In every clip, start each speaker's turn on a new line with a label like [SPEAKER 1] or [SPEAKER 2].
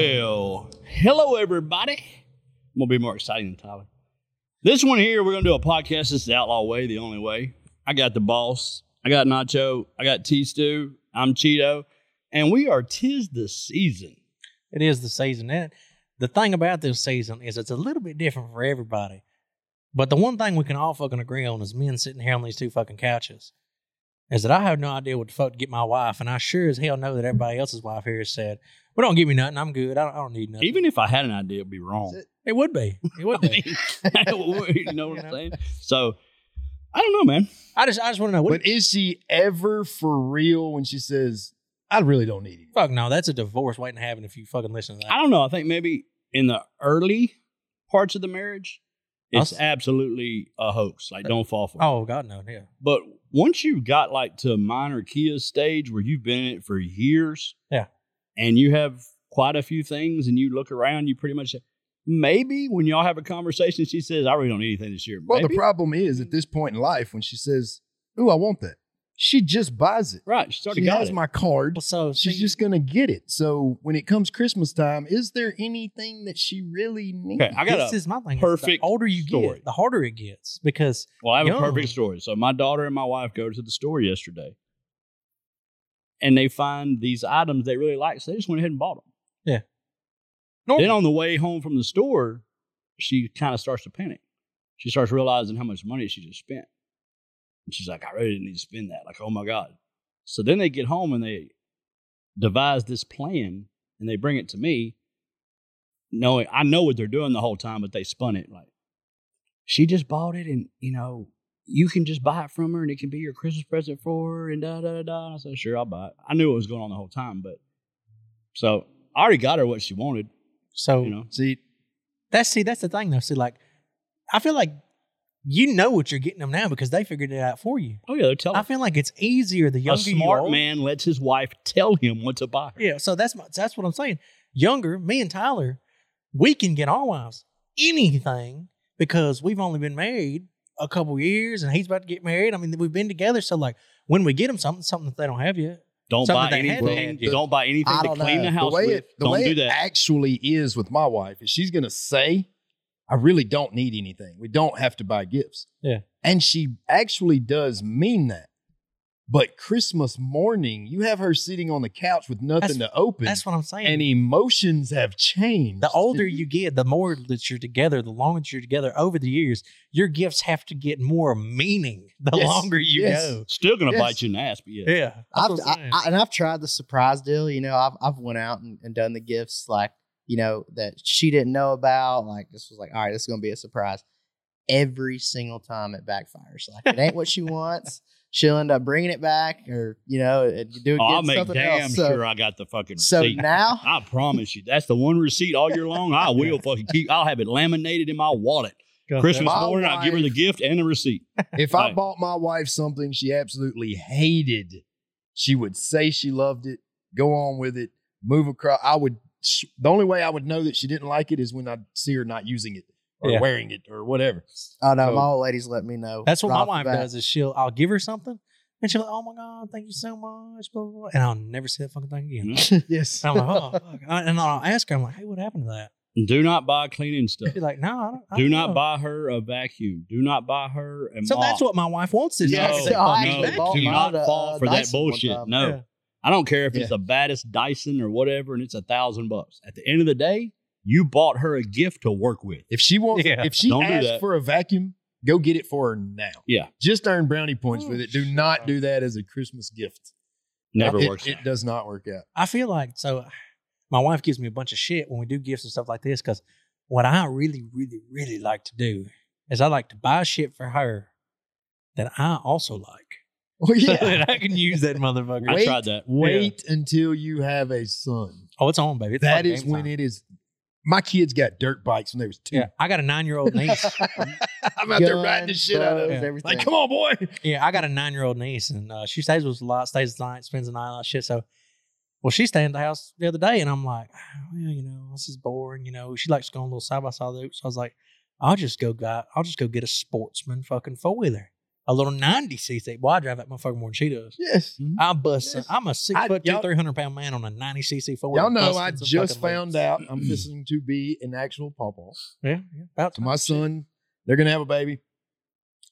[SPEAKER 1] Well, hello everybody. I'm gonna be more exciting than Tyler. This one here, we're gonna do a podcast. It's the outlaw way, the only way. I got the boss. I got Nacho. I got T Stew. I'm Cheeto, and we are tis the season.
[SPEAKER 2] It is the season. And the thing about this season is it's a little bit different for everybody. But the one thing we can all fucking agree on is men sitting here on these two fucking couches is that I have no idea what the fuck to get my wife. And I sure as hell know that everybody else's wife here has said, well, don't give me nothing. I'm good. I don't, I don't need nothing.
[SPEAKER 1] Even if I had an idea, it'd be wrong.
[SPEAKER 2] It would be. It would be.
[SPEAKER 1] you know what
[SPEAKER 2] You
[SPEAKER 1] I'm
[SPEAKER 2] know?
[SPEAKER 1] saying? So I don't know, man.
[SPEAKER 2] I just, I just want to know what
[SPEAKER 3] But is she ever for real when she says, I really don't need you?
[SPEAKER 2] the fuck. No, that's a divorce waiting to happen if you fucking listen to
[SPEAKER 1] I
[SPEAKER 2] that.
[SPEAKER 1] don't know. I think maybe in the early parts of the marriage, it's
[SPEAKER 2] Us-
[SPEAKER 1] absolutely a hoax.
[SPEAKER 3] Uh,
[SPEAKER 1] Like, don't fall for it.
[SPEAKER 2] Oh, God, no. Yeah.
[SPEAKER 1] But once you've got like to a minor Kia stage where you've been in it for years,
[SPEAKER 2] Yeah.
[SPEAKER 1] and you have quite a few things, and you look around, you pretty much say, maybe when y'all have a conversation, she says, "I really don't need anything this year."
[SPEAKER 3] Well,
[SPEAKER 1] maybe.
[SPEAKER 3] the problem is at this point in life, when she says, Ooh, I want that, she just buys it.
[SPEAKER 1] right? She's already
[SPEAKER 3] She
[SPEAKER 1] got
[SPEAKER 3] has
[SPEAKER 1] it.
[SPEAKER 3] my card.
[SPEAKER 2] Well, so
[SPEAKER 3] She's
[SPEAKER 2] see-
[SPEAKER 3] just going to get it. So when it comes Christmas time, is there anything that she really needs?
[SPEAKER 1] okay, I got
[SPEAKER 2] this
[SPEAKER 1] a
[SPEAKER 2] is my thing.
[SPEAKER 1] perfect
[SPEAKER 2] the older you
[SPEAKER 1] story.
[SPEAKER 2] get, the harder it gets because
[SPEAKER 1] well, I have
[SPEAKER 2] Yo.
[SPEAKER 1] a perfect story. So my daughter and my wife go to the store yesterday, and they find these items they really like, so they just went ahead and bought them. Then on the way home from the store, she kind of starts to panic. She starts realizing how much money she just spent. And she's like, I really didn't need to spend that. Like, oh my God. So then they get home and they devise this plan and they bring it to me. Knowing I know what they're doing the whole time, but they spun it like she just bought it and you know, you can just buy it from her and it can be your Christmas present for her and da da da da. And I said, sure, I'll buy it. I knew what was going on the whole time, but so I already got her what she wanted,
[SPEAKER 2] so
[SPEAKER 1] you know.
[SPEAKER 3] See,
[SPEAKER 2] That's see, that's the thing though. See, like I feel like you know what you're getting them now because they figured it out for you.
[SPEAKER 1] Oh yeah, they're telling.
[SPEAKER 2] I feel like it's easier the
[SPEAKER 1] a
[SPEAKER 2] younger
[SPEAKER 1] smart
[SPEAKER 2] you are.
[SPEAKER 1] man lets his wife tell him what to buy.
[SPEAKER 2] Yeah, so that's my, that's what I'm saying. Younger, me and Tyler, we can get our wives anything because we've only been married a couple years, and he's about to get married. I mean, we've been together, so like when we get them something, something that they don't have yet.
[SPEAKER 1] Don't
[SPEAKER 2] Something
[SPEAKER 1] buy
[SPEAKER 2] they had
[SPEAKER 1] anything.
[SPEAKER 2] to
[SPEAKER 3] have.
[SPEAKER 1] you don't buy anything
[SPEAKER 3] I
[SPEAKER 1] to
[SPEAKER 3] don't
[SPEAKER 1] clean
[SPEAKER 3] know.
[SPEAKER 1] the house
[SPEAKER 3] way
[SPEAKER 1] with.
[SPEAKER 3] It, the
[SPEAKER 1] don't
[SPEAKER 3] way
[SPEAKER 1] do
[SPEAKER 3] it
[SPEAKER 1] that.
[SPEAKER 3] actually is with my wife is she's going to say, I really don't need anything. We don't have to buy gifts.
[SPEAKER 2] Yeah.
[SPEAKER 3] And she actually does mean that. But Christmas morning, you have her sitting on the couch with nothing to open,
[SPEAKER 2] That's what I'm saying.
[SPEAKER 3] and emotions have changed.
[SPEAKER 2] the older
[SPEAKER 1] Mm-hmm.
[SPEAKER 2] you get, the more that you're together, the longer that you're together over the years, your gifts have to get more meaning the
[SPEAKER 3] Yes,
[SPEAKER 2] longer you
[SPEAKER 3] yes.
[SPEAKER 2] go.
[SPEAKER 1] Still gonna
[SPEAKER 4] Yes.
[SPEAKER 1] bite you in the ass, but yeah.
[SPEAKER 2] Yeah.
[SPEAKER 4] I've, I, I, and I've tried the surprise deal. You know, I've I've went out and, and done the gifts like you know that she didn't know about. Like this was like, all right, this is gonna be a surprise. Every single time it backfires. Like it ain't what she wants. She'll end up bringing it back, or you know, and do it
[SPEAKER 1] Oh, I'll
[SPEAKER 4] again,
[SPEAKER 1] make
[SPEAKER 4] something
[SPEAKER 1] damn
[SPEAKER 4] else. So,
[SPEAKER 1] sure I got the fucking
[SPEAKER 4] so
[SPEAKER 1] receipt.
[SPEAKER 4] now,
[SPEAKER 1] I promise you, that's the one receipt all year long. I will fucking keep. I'll have it laminated in my wallet. Christmas
[SPEAKER 3] My
[SPEAKER 1] morning, I'll give her the
[SPEAKER 3] wife-
[SPEAKER 1] gift and the receipt.
[SPEAKER 3] if I
[SPEAKER 1] Right.
[SPEAKER 3] bought my wife something she absolutely hated, she would say she loved it, go on with it, move across. I would. The only way I would know that she didn't like it is when I see her not using it or
[SPEAKER 2] Yeah.
[SPEAKER 3] wearing it or whatever.
[SPEAKER 4] oh no,
[SPEAKER 3] So-
[SPEAKER 4] my old lady's let me know.
[SPEAKER 2] That's what
[SPEAKER 4] right
[SPEAKER 2] my
[SPEAKER 4] off the
[SPEAKER 2] wife
[SPEAKER 4] bat.
[SPEAKER 2] does is she'll I'll give her something and she'll be like, Oh my god, thank you so much, blah blah blah. And I'll never see that fucking thing again.
[SPEAKER 1] Mhm.
[SPEAKER 3] Yes.
[SPEAKER 2] And I'm like, oh, fuck. and I'll ask her, I'm like, hey, what happened to that?
[SPEAKER 1] Do not buy cleaning stuff.
[SPEAKER 2] She's like, no, I don't. I
[SPEAKER 1] Do
[SPEAKER 2] don't
[SPEAKER 1] not
[SPEAKER 2] know."
[SPEAKER 1] buy her a vacuum. Do not buy her a
[SPEAKER 2] So that's
[SPEAKER 1] mop.
[SPEAKER 2] what my wife wants is
[SPEAKER 1] No,
[SPEAKER 4] Yeah, so I actually
[SPEAKER 1] no,
[SPEAKER 4] bought
[SPEAKER 1] do
[SPEAKER 4] mine
[SPEAKER 1] not
[SPEAKER 4] at,
[SPEAKER 1] fall
[SPEAKER 4] uh,
[SPEAKER 1] for that
[SPEAKER 4] Dyson one
[SPEAKER 1] bullshit.
[SPEAKER 4] time.
[SPEAKER 1] No.
[SPEAKER 2] Yeah.
[SPEAKER 1] I don't care if
[SPEAKER 3] Yeah.
[SPEAKER 1] it's the baddest Dyson or whatever, and it's a thousand bucks. At the end of the day, you bought her a gift to work with.
[SPEAKER 3] If she wants,
[SPEAKER 2] Yeah.
[SPEAKER 3] if she
[SPEAKER 1] Don't do
[SPEAKER 3] asks
[SPEAKER 1] that.
[SPEAKER 3] for a vacuum, go get it for her now.
[SPEAKER 1] Yeah.
[SPEAKER 3] Just earn brownie points
[SPEAKER 2] Oh,
[SPEAKER 3] with it. Do
[SPEAKER 2] shit,
[SPEAKER 3] not
[SPEAKER 2] bro.
[SPEAKER 3] do that as a Christmas gift.
[SPEAKER 1] Never
[SPEAKER 3] it,
[SPEAKER 1] works.
[SPEAKER 3] It
[SPEAKER 1] out.
[SPEAKER 3] does not work out.
[SPEAKER 2] I feel like so my wife gives me a bunch of shit when we do gifts and stuff like this because what I really, really, really like to do is I like to buy shit for her that I also like.
[SPEAKER 3] Oh
[SPEAKER 2] So that I can use that motherfucker.
[SPEAKER 1] I
[SPEAKER 3] Wait.
[SPEAKER 1] tried that.
[SPEAKER 3] Wait until you have a son.
[SPEAKER 2] Oh, it's on, baby. It's
[SPEAKER 3] That
[SPEAKER 2] fucking
[SPEAKER 3] is
[SPEAKER 2] game
[SPEAKER 3] when
[SPEAKER 2] time.
[SPEAKER 3] it is. My kids got dirt bikes when they was two.
[SPEAKER 2] Yeah, I got a nine year old niece.
[SPEAKER 3] I'm out there riding the
[SPEAKER 4] Guns,
[SPEAKER 3] shit out of
[SPEAKER 4] gloves,
[SPEAKER 3] them.
[SPEAKER 4] everything.
[SPEAKER 3] Like, come on, boy.
[SPEAKER 2] Yeah, I got a nine year old niece, and uh, she stays with us a lot, stays the night, spends the night, all that shit. So, well, she stayed in the house the other day, and I'm like, "Ah, well, you know, this is boring. You know, she likes going a little side by side loop. So I was like, I'll just go, guy, I'll just go get a sportsman fucking four wheeler. a little 90 cc. Well, I drive that motherfucker more than she does.
[SPEAKER 3] Yes.
[SPEAKER 2] I bust.
[SPEAKER 3] Yes.
[SPEAKER 2] I'm a six
[SPEAKER 3] I-
[SPEAKER 2] foot two,
[SPEAKER 3] y'all-
[SPEAKER 2] 300 pound man on a 90 cc Ford.
[SPEAKER 3] Y'all know
[SPEAKER 2] busting
[SPEAKER 3] I
[SPEAKER 2] some
[SPEAKER 3] just
[SPEAKER 2] fucking legs.
[SPEAKER 3] found out I'm listening to be an actual pawpaw.
[SPEAKER 2] Yeah, yeah. About
[SPEAKER 3] So my son, they're gonna have a baby.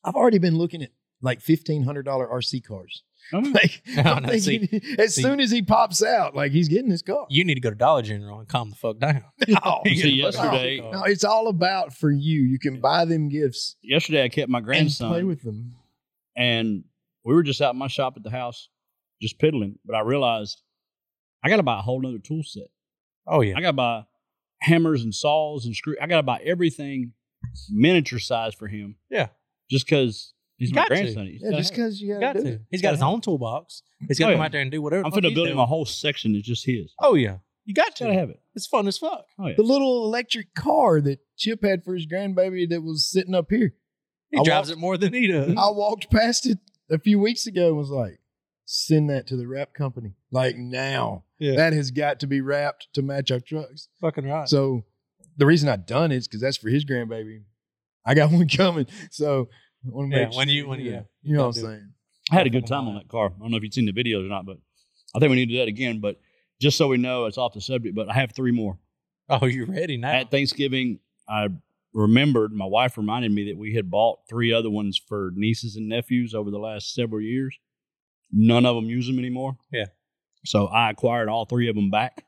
[SPEAKER 3] I've already been looking at like fifteen hundred dollar RC cars.
[SPEAKER 1] Okay.
[SPEAKER 3] Like,
[SPEAKER 2] No,
[SPEAKER 3] I'm
[SPEAKER 2] no,
[SPEAKER 3] thinking, as
[SPEAKER 2] see-
[SPEAKER 3] soon as he pops out, like he's getting his car.
[SPEAKER 2] You need to go to Dollar General and calm the fuck down.
[SPEAKER 3] No,
[SPEAKER 2] You
[SPEAKER 1] see,
[SPEAKER 2] get a fucking
[SPEAKER 1] yesterday-
[SPEAKER 2] car.
[SPEAKER 3] no, it's all about for you. You can buy them gifts
[SPEAKER 1] Yesterday, I kept my grandson.
[SPEAKER 3] and play with them.
[SPEAKER 1] and we were just out in my shop at the house just piddling but i realized i gotta buy a whole nother tool set
[SPEAKER 2] Oh yeah.
[SPEAKER 1] i gotta buy hammers and saws and screw i gotta buy everything miniature size for him
[SPEAKER 2] Yeah.
[SPEAKER 1] just because he's
[SPEAKER 2] You
[SPEAKER 1] my
[SPEAKER 2] got to.
[SPEAKER 1] grandson He's
[SPEAKER 3] Yeah,
[SPEAKER 1] gotta have it. Uh-huh.
[SPEAKER 3] just because you gotta
[SPEAKER 2] Got
[SPEAKER 3] do
[SPEAKER 2] to.
[SPEAKER 3] it.
[SPEAKER 2] He's got his own toolbox. He's got
[SPEAKER 1] Oh,
[SPEAKER 2] to
[SPEAKER 1] yeah.
[SPEAKER 2] come out there and do whatever.
[SPEAKER 1] i'm
[SPEAKER 2] the fuck
[SPEAKER 1] finna
[SPEAKER 2] he's
[SPEAKER 1] build him
[SPEAKER 2] doing.
[SPEAKER 1] a whole section that's just his
[SPEAKER 2] Oh yeah. You got
[SPEAKER 1] gotta
[SPEAKER 2] to.
[SPEAKER 1] have it
[SPEAKER 2] It's fun as fuck.
[SPEAKER 1] oh yeah
[SPEAKER 3] The little electric car that Chip had for his grandbaby that was sitting up here.
[SPEAKER 2] He
[SPEAKER 3] I
[SPEAKER 2] drives
[SPEAKER 3] walked-
[SPEAKER 2] it more than he does.
[SPEAKER 3] I walked past it a few weeks ago and was like, send that to the wrap company. Like now.
[SPEAKER 2] Yeah.
[SPEAKER 3] That has got to be wrapped to match our trucks.
[SPEAKER 2] fucking right.
[SPEAKER 3] So the reason I done it is because that's for his grandbaby. I got one coming. So I wanna
[SPEAKER 2] Yeah,
[SPEAKER 3] make
[SPEAKER 2] when
[SPEAKER 3] sure-
[SPEAKER 2] you- when you- yeah.
[SPEAKER 3] You know what
[SPEAKER 2] Don't
[SPEAKER 3] I'm
[SPEAKER 2] do it.
[SPEAKER 3] saying?
[SPEAKER 1] i had a good time on that car i don't know if you've seen the videos or not but i think we need to do that again but just so we know it's off the subject but i have three more
[SPEAKER 2] oh, you ready now?
[SPEAKER 1] at Thanksgiving, I remembered my wife reminded me that we had bought three other ones for nieces and nephews over the last several years. None of them use them anymore.
[SPEAKER 2] Yeah.
[SPEAKER 1] So I acquired all three of them back.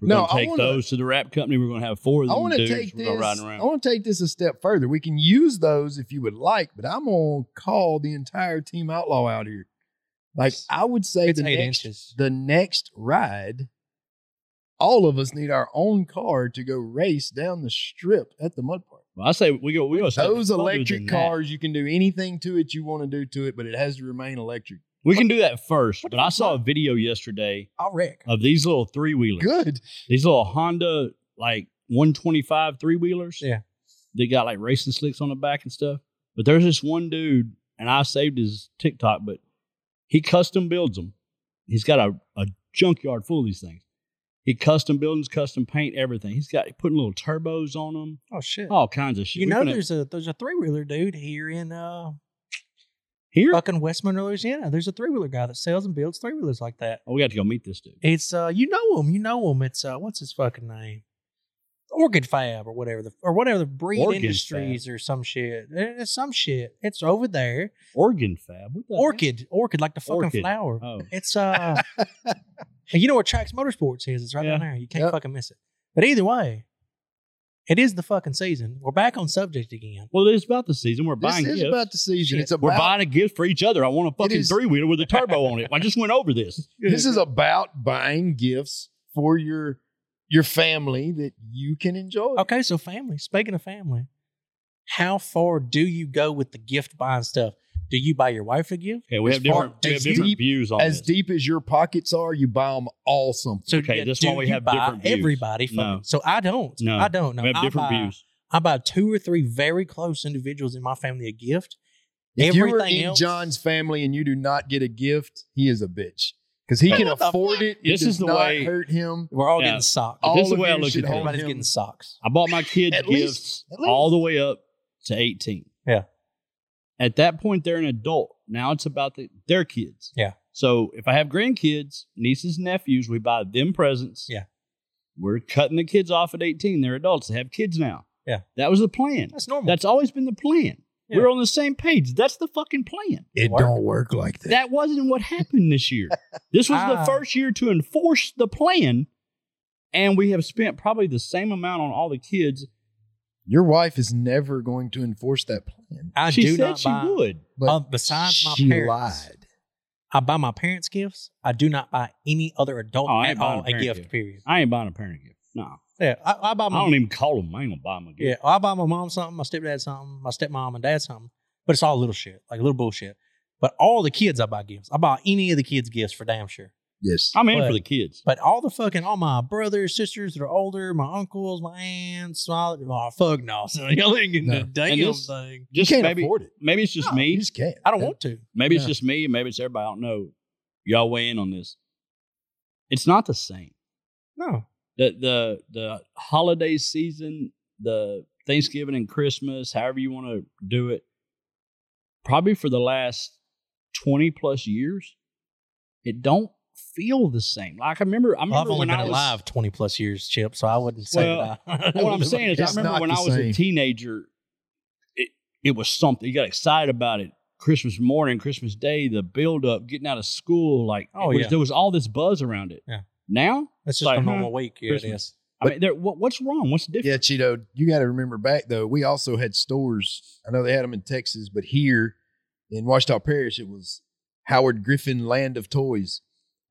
[SPEAKER 1] We're
[SPEAKER 3] No,
[SPEAKER 1] gonna
[SPEAKER 3] I
[SPEAKER 1] take
[SPEAKER 3] wanna-
[SPEAKER 1] those to the wrap company. We're gonna have four of
[SPEAKER 3] I
[SPEAKER 1] them.
[SPEAKER 3] want to
[SPEAKER 1] dudes.
[SPEAKER 3] take
[SPEAKER 1] We're
[SPEAKER 3] this.
[SPEAKER 1] gonna ride
[SPEAKER 3] I
[SPEAKER 1] around.
[SPEAKER 3] want to take this a step further. We can use those if you would like, but I'm gonna call the entire team outlaw out here. Like I would say,
[SPEAKER 2] it's
[SPEAKER 3] the
[SPEAKER 2] eight
[SPEAKER 3] next
[SPEAKER 2] inches.
[SPEAKER 3] the next ride, all of us need our own car to go race down the strip at the mud park.
[SPEAKER 1] Well, I say we go. We go. a step
[SPEAKER 3] Those
[SPEAKER 1] further
[SPEAKER 3] electric
[SPEAKER 1] than that.
[SPEAKER 3] cars, you can do anything to it you want to do to it, but it has to remain electric.
[SPEAKER 1] We can do that first.
[SPEAKER 2] What
[SPEAKER 1] But
[SPEAKER 2] the
[SPEAKER 1] I saw a
[SPEAKER 2] fuck?
[SPEAKER 1] video yesterday
[SPEAKER 2] I'll wreck.
[SPEAKER 1] of these little three wheelers.
[SPEAKER 3] Good.
[SPEAKER 1] These little Honda like 125 three wheelers.
[SPEAKER 2] Yeah.
[SPEAKER 1] They got like racing slicks on the back and stuff. But there's this one dude, and I saved his TikTok, but he custom builds them. He's got a, a junkyard full of these things. He custom builds, custom paint, everything. He's got putting little turbos on them,
[SPEAKER 2] Oh shit.
[SPEAKER 1] all kinds of shit.
[SPEAKER 2] you
[SPEAKER 1] We
[SPEAKER 2] know,
[SPEAKER 1] finna-
[SPEAKER 2] there's a there's a three wheeler dude here in uh
[SPEAKER 1] here.
[SPEAKER 2] fucking Westminster, Louisiana. There's a three wheeler guy that sells and builds three wheelers like that.
[SPEAKER 1] Oh, we got to go meet this dude.
[SPEAKER 2] It's uh, you know him, you know him. It's uh, what's his fucking name? Orchid Fab or whatever the or whatever the breed
[SPEAKER 1] Orchid
[SPEAKER 2] industries or some shit. It- It's some shit. It's over there.
[SPEAKER 1] Organ Fab. What the heck?
[SPEAKER 2] Orchid, orchid, like the fucking
[SPEAKER 1] Orchid.
[SPEAKER 2] flower.
[SPEAKER 1] Oh,
[SPEAKER 2] It's uh, and you know where Trax Motorsports is? It's right down there. You can't
[SPEAKER 3] Yep.
[SPEAKER 2] fucking miss it. But either way, it is the fucking season. We're back on subject again.
[SPEAKER 1] well, it's about the season. We're
[SPEAKER 3] This
[SPEAKER 1] buying
[SPEAKER 3] is
[SPEAKER 1] gifts.
[SPEAKER 3] about the season.
[SPEAKER 2] Shit.
[SPEAKER 3] It's about
[SPEAKER 1] We're buying a gift for each other. I want a fucking
[SPEAKER 3] is-
[SPEAKER 1] three wheeler with a turbo on it. I just went over this.
[SPEAKER 3] this is about buying gifts for your your family that you can enjoy.
[SPEAKER 2] Okay, so family. Speaking of family, how far do you go with the gift buying stuff? Do you buy your wife a gift?
[SPEAKER 1] Okay, we
[SPEAKER 3] As
[SPEAKER 1] have different,
[SPEAKER 3] far
[SPEAKER 1] we have
[SPEAKER 3] as
[SPEAKER 1] different
[SPEAKER 3] deep
[SPEAKER 1] views on
[SPEAKER 3] As
[SPEAKER 1] this.
[SPEAKER 3] deep as your pockets are, you buy them all something.
[SPEAKER 2] So
[SPEAKER 1] Okay,
[SPEAKER 2] yeah,
[SPEAKER 1] that's
[SPEAKER 2] do
[SPEAKER 1] why we
[SPEAKER 2] you
[SPEAKER 1] have
[SPEAKER 2] buy
[SPEAKER 1] different views.
[SPEAKER 2] Everybody, fucking.
[SPEAKER 1] No.
[SPEAKER 2] So I don't.
[SPEAKER 1] No.
[SPEAKER 2] I don't. No,
[SPEAKER 1] we have
[SPEAKER 2] I
[SPEAKER 1] different
[SPEAKER 2] buy,
[SPEAKER 1] views.
[SPEAKER 2] I buy two or three very close individuals in my family a gift.
[SPEAKER 3] If you were
[SPEAKER 2] Everything
[SPEAKER 3] in
[SPEAKER 2] else-
[SPEAKER 3] John's family and you do not get a gift, he is a bitch because he
[SPEAKER 2] What
[SPEAKER 3] can
[SPEAKER 2] the
[SPEAKER 3] afford it. It
[SPEAKER 1] This
[SPEAKER 3] does
[SPEAKER 1] is the
[SPEAKER 3] not
[SPEAKER 1] way-
[SPEAKER 3] hurt him.
[SPEAKER 2] We're all
[SPEAKER 1] Yeah.
[SPEAKER 2] getting socks.
[SPEAKER 1] All- this is
[SPEAKER 3] of
[SPEAKER 1] the way I
[SPEAKER 3] you
[SPEAKER 1] look
[SPEAKER 3] should
[SPEAKER 1] at it.
[SPEAKER 3] hold
[SPEAKER 2] Everybody's
[SPEAKER 3] him.
[SPEAKER 2] getting socks.
[SPEAKER 1] I bought my kids
[SPEAKER 3] At
[SPEAKER 1] gifts
[SPEAKER 3] least- at
[SPEAKER 1] all
[SPEAKER 3] least.
[SPEAKER 1] the way up to 18.
[SPEAKER 2] Yeah.
[SPEAKER 1] At that point, they're an adult. Now it's about the, their kids.
[SPEAKER 2] Yeah.
[SPEAKER 1] So if I have grandkids, nieces, nephews, we buy them presents.
[SPEAKER 2] Yeah.
[SPEAKER 1] We're cutting the kids off at 18. They're adults. They have kids now.
[SPEAKER 2] Yeah.
[SPEAKER 1] That was the plan.
[SPEAKER 2] That's normal.
[SPEAKER 1] That's always been the plan.
[SPEAKER 2] Yeah.
[SPEAKER 1] We're on the same page. That's the fucking plan.
[SPEAKER 3] It
[SPEAKER 2] Work.
[SPEAKER 3] don't work like that.
[SPEAKER 1] That wasn't what happened this year. This was
[SPEAKER 2] Ah.
[SPEAKER 1] the first year to enforce the plan, and we have spent probably the same amount on all the kids.
[SPEAKER 3] Your wife is never going to enforce that plan.
[SPEAKER 2] I
[SPEAKER 1] she
[SPEAKER 2] do
[SPEAKER 1] said
[SPEAKER 2] not
[SPEAKER 1] she
[SPEAKER 2] buy.
[SPEAKER 1] would.
[SPEAKER 3] But
[SPEAKER 2] Uh, besides my
[SPEAKER 3] she
[SPEAKER 2] parents.
[SPEAKER 3] lied.
[SPEAKER 2] I buy my parents gifts. I do not buy any other adult
[SPEAKER 1] Oh, I ain't
[SPEAKER 2] at all
[SPEAKER 1] buying
[SPEAKER 2] a
[SPEAKER 1] a parent
[SPEAKER 2] gift.
[SPEAKER 1] gift.
[SPEAKER 2] Period.
[SPEAKER 1] I ain't buying a parent gift. No,
[SPEAKER 2] Yeah, I, I buy
[SPEAKER 1] I
[SPEAKER 2] my.
[SPEAKER 1] don't even call them. I ain't gonna buy them a gift.
[SPEAKER 2] yeah, I buy my mom something, my stepdad something, my stepmom and dad something. But it's all little shit, like little bullshit. But all the kids, I buy gifts. I buy any of the kids gifts for damn sure.
[SPEAKER 3] Yes.
[SPEAKER 1] I'm in
[SPEAKER 2] But-
[SPEAKER 1] for the kids.
[SPEAKER 2] But all the fucking all my brothers, sisters that are older, my uncles, my aunts, all, oh fuck no, so y'all ain't getting
[SPEAKER 3] No.
[SPEAKER 2] the damn
[SPEAKER 1] And this-
[SPEAKER 2] thing.
[SPEAKER 3] You
[SPEAKER 1] Just
[SPEAKER 3] can't
[SPEAKER 1] maybe,
[SPEAKER 3] afford it.
[SPEAKER 1] maybe it's just
[SPEAKER 2] No,
[SPEAKER 1] me.
[SPEAKER 3] You just can't.
[SPEAKER 2] I don't want to.
[SPEAKER 1] Maybe it's
[SPEAKER 3] Yeah.
[SPEAKER 1] just me. Maybe it's everybody. I don't know. Y'all weigh in on this. It's not the same.
[SPEAKER 2] No,
[SPEAKER 1] the the the holiday season, the Thanksgiving and Christmas, however you want to do it, probably for the last 20 plus years, it don't feel the same. Like I remember, I
[SPEAKER 2] Well, I've
[SPEAKER 1] remember
[SPEAKER 2] only
[SPEAKER 1] when
[SPEAKER 2] been
[SPEAKER 1] I was,
[SPEAKER 2] alive 20 plus years, Chip, so I wouldn't say
[SPEAKER 1] Well,
[SPEAKER 2] that. I,
[SPEAKER 1] What I'm saying is,
[SPEAKER 3] It's
[SPEAKER 1] I remember
[SPEAKER 3] not
[SPEAKER 1] when I
[SPEAKER 3] the
[SPEAKER 1] was a
[SPEAKER 3] same.
[SPEAKER 1] teenager, it it was something. You got excited about it. Christmas morning, Christmas day, the build up, getting out of school, like
[SPEAKER 2] Oh,
[SPEAKER 1] it was-
[SPEAKER 2] yeah.
[SPEAKER 1] there was all this buzz around it.
[SPEAKER 2] Yeah.
[SPEAKER 1] Now,
[SPEAKER 2] That's just
[SPEAKER 1] Like,
[SPEAKER 2] a
[SPEAKER 1] huh,
[SPEAKER 2] normal week. Yeah, it
[SPEAKER 1] Christmas.
[SPEAKER 2] is.
[SPEAKER 1] I mean, there, what, what's wrong? What's the difference?
[SPEAKER 3] Yeah, Cheeto, you got to remember back though. We also had stores. I know they had them in Texas, but here in Washita Parish, it was Howard Griffin Land of Toys.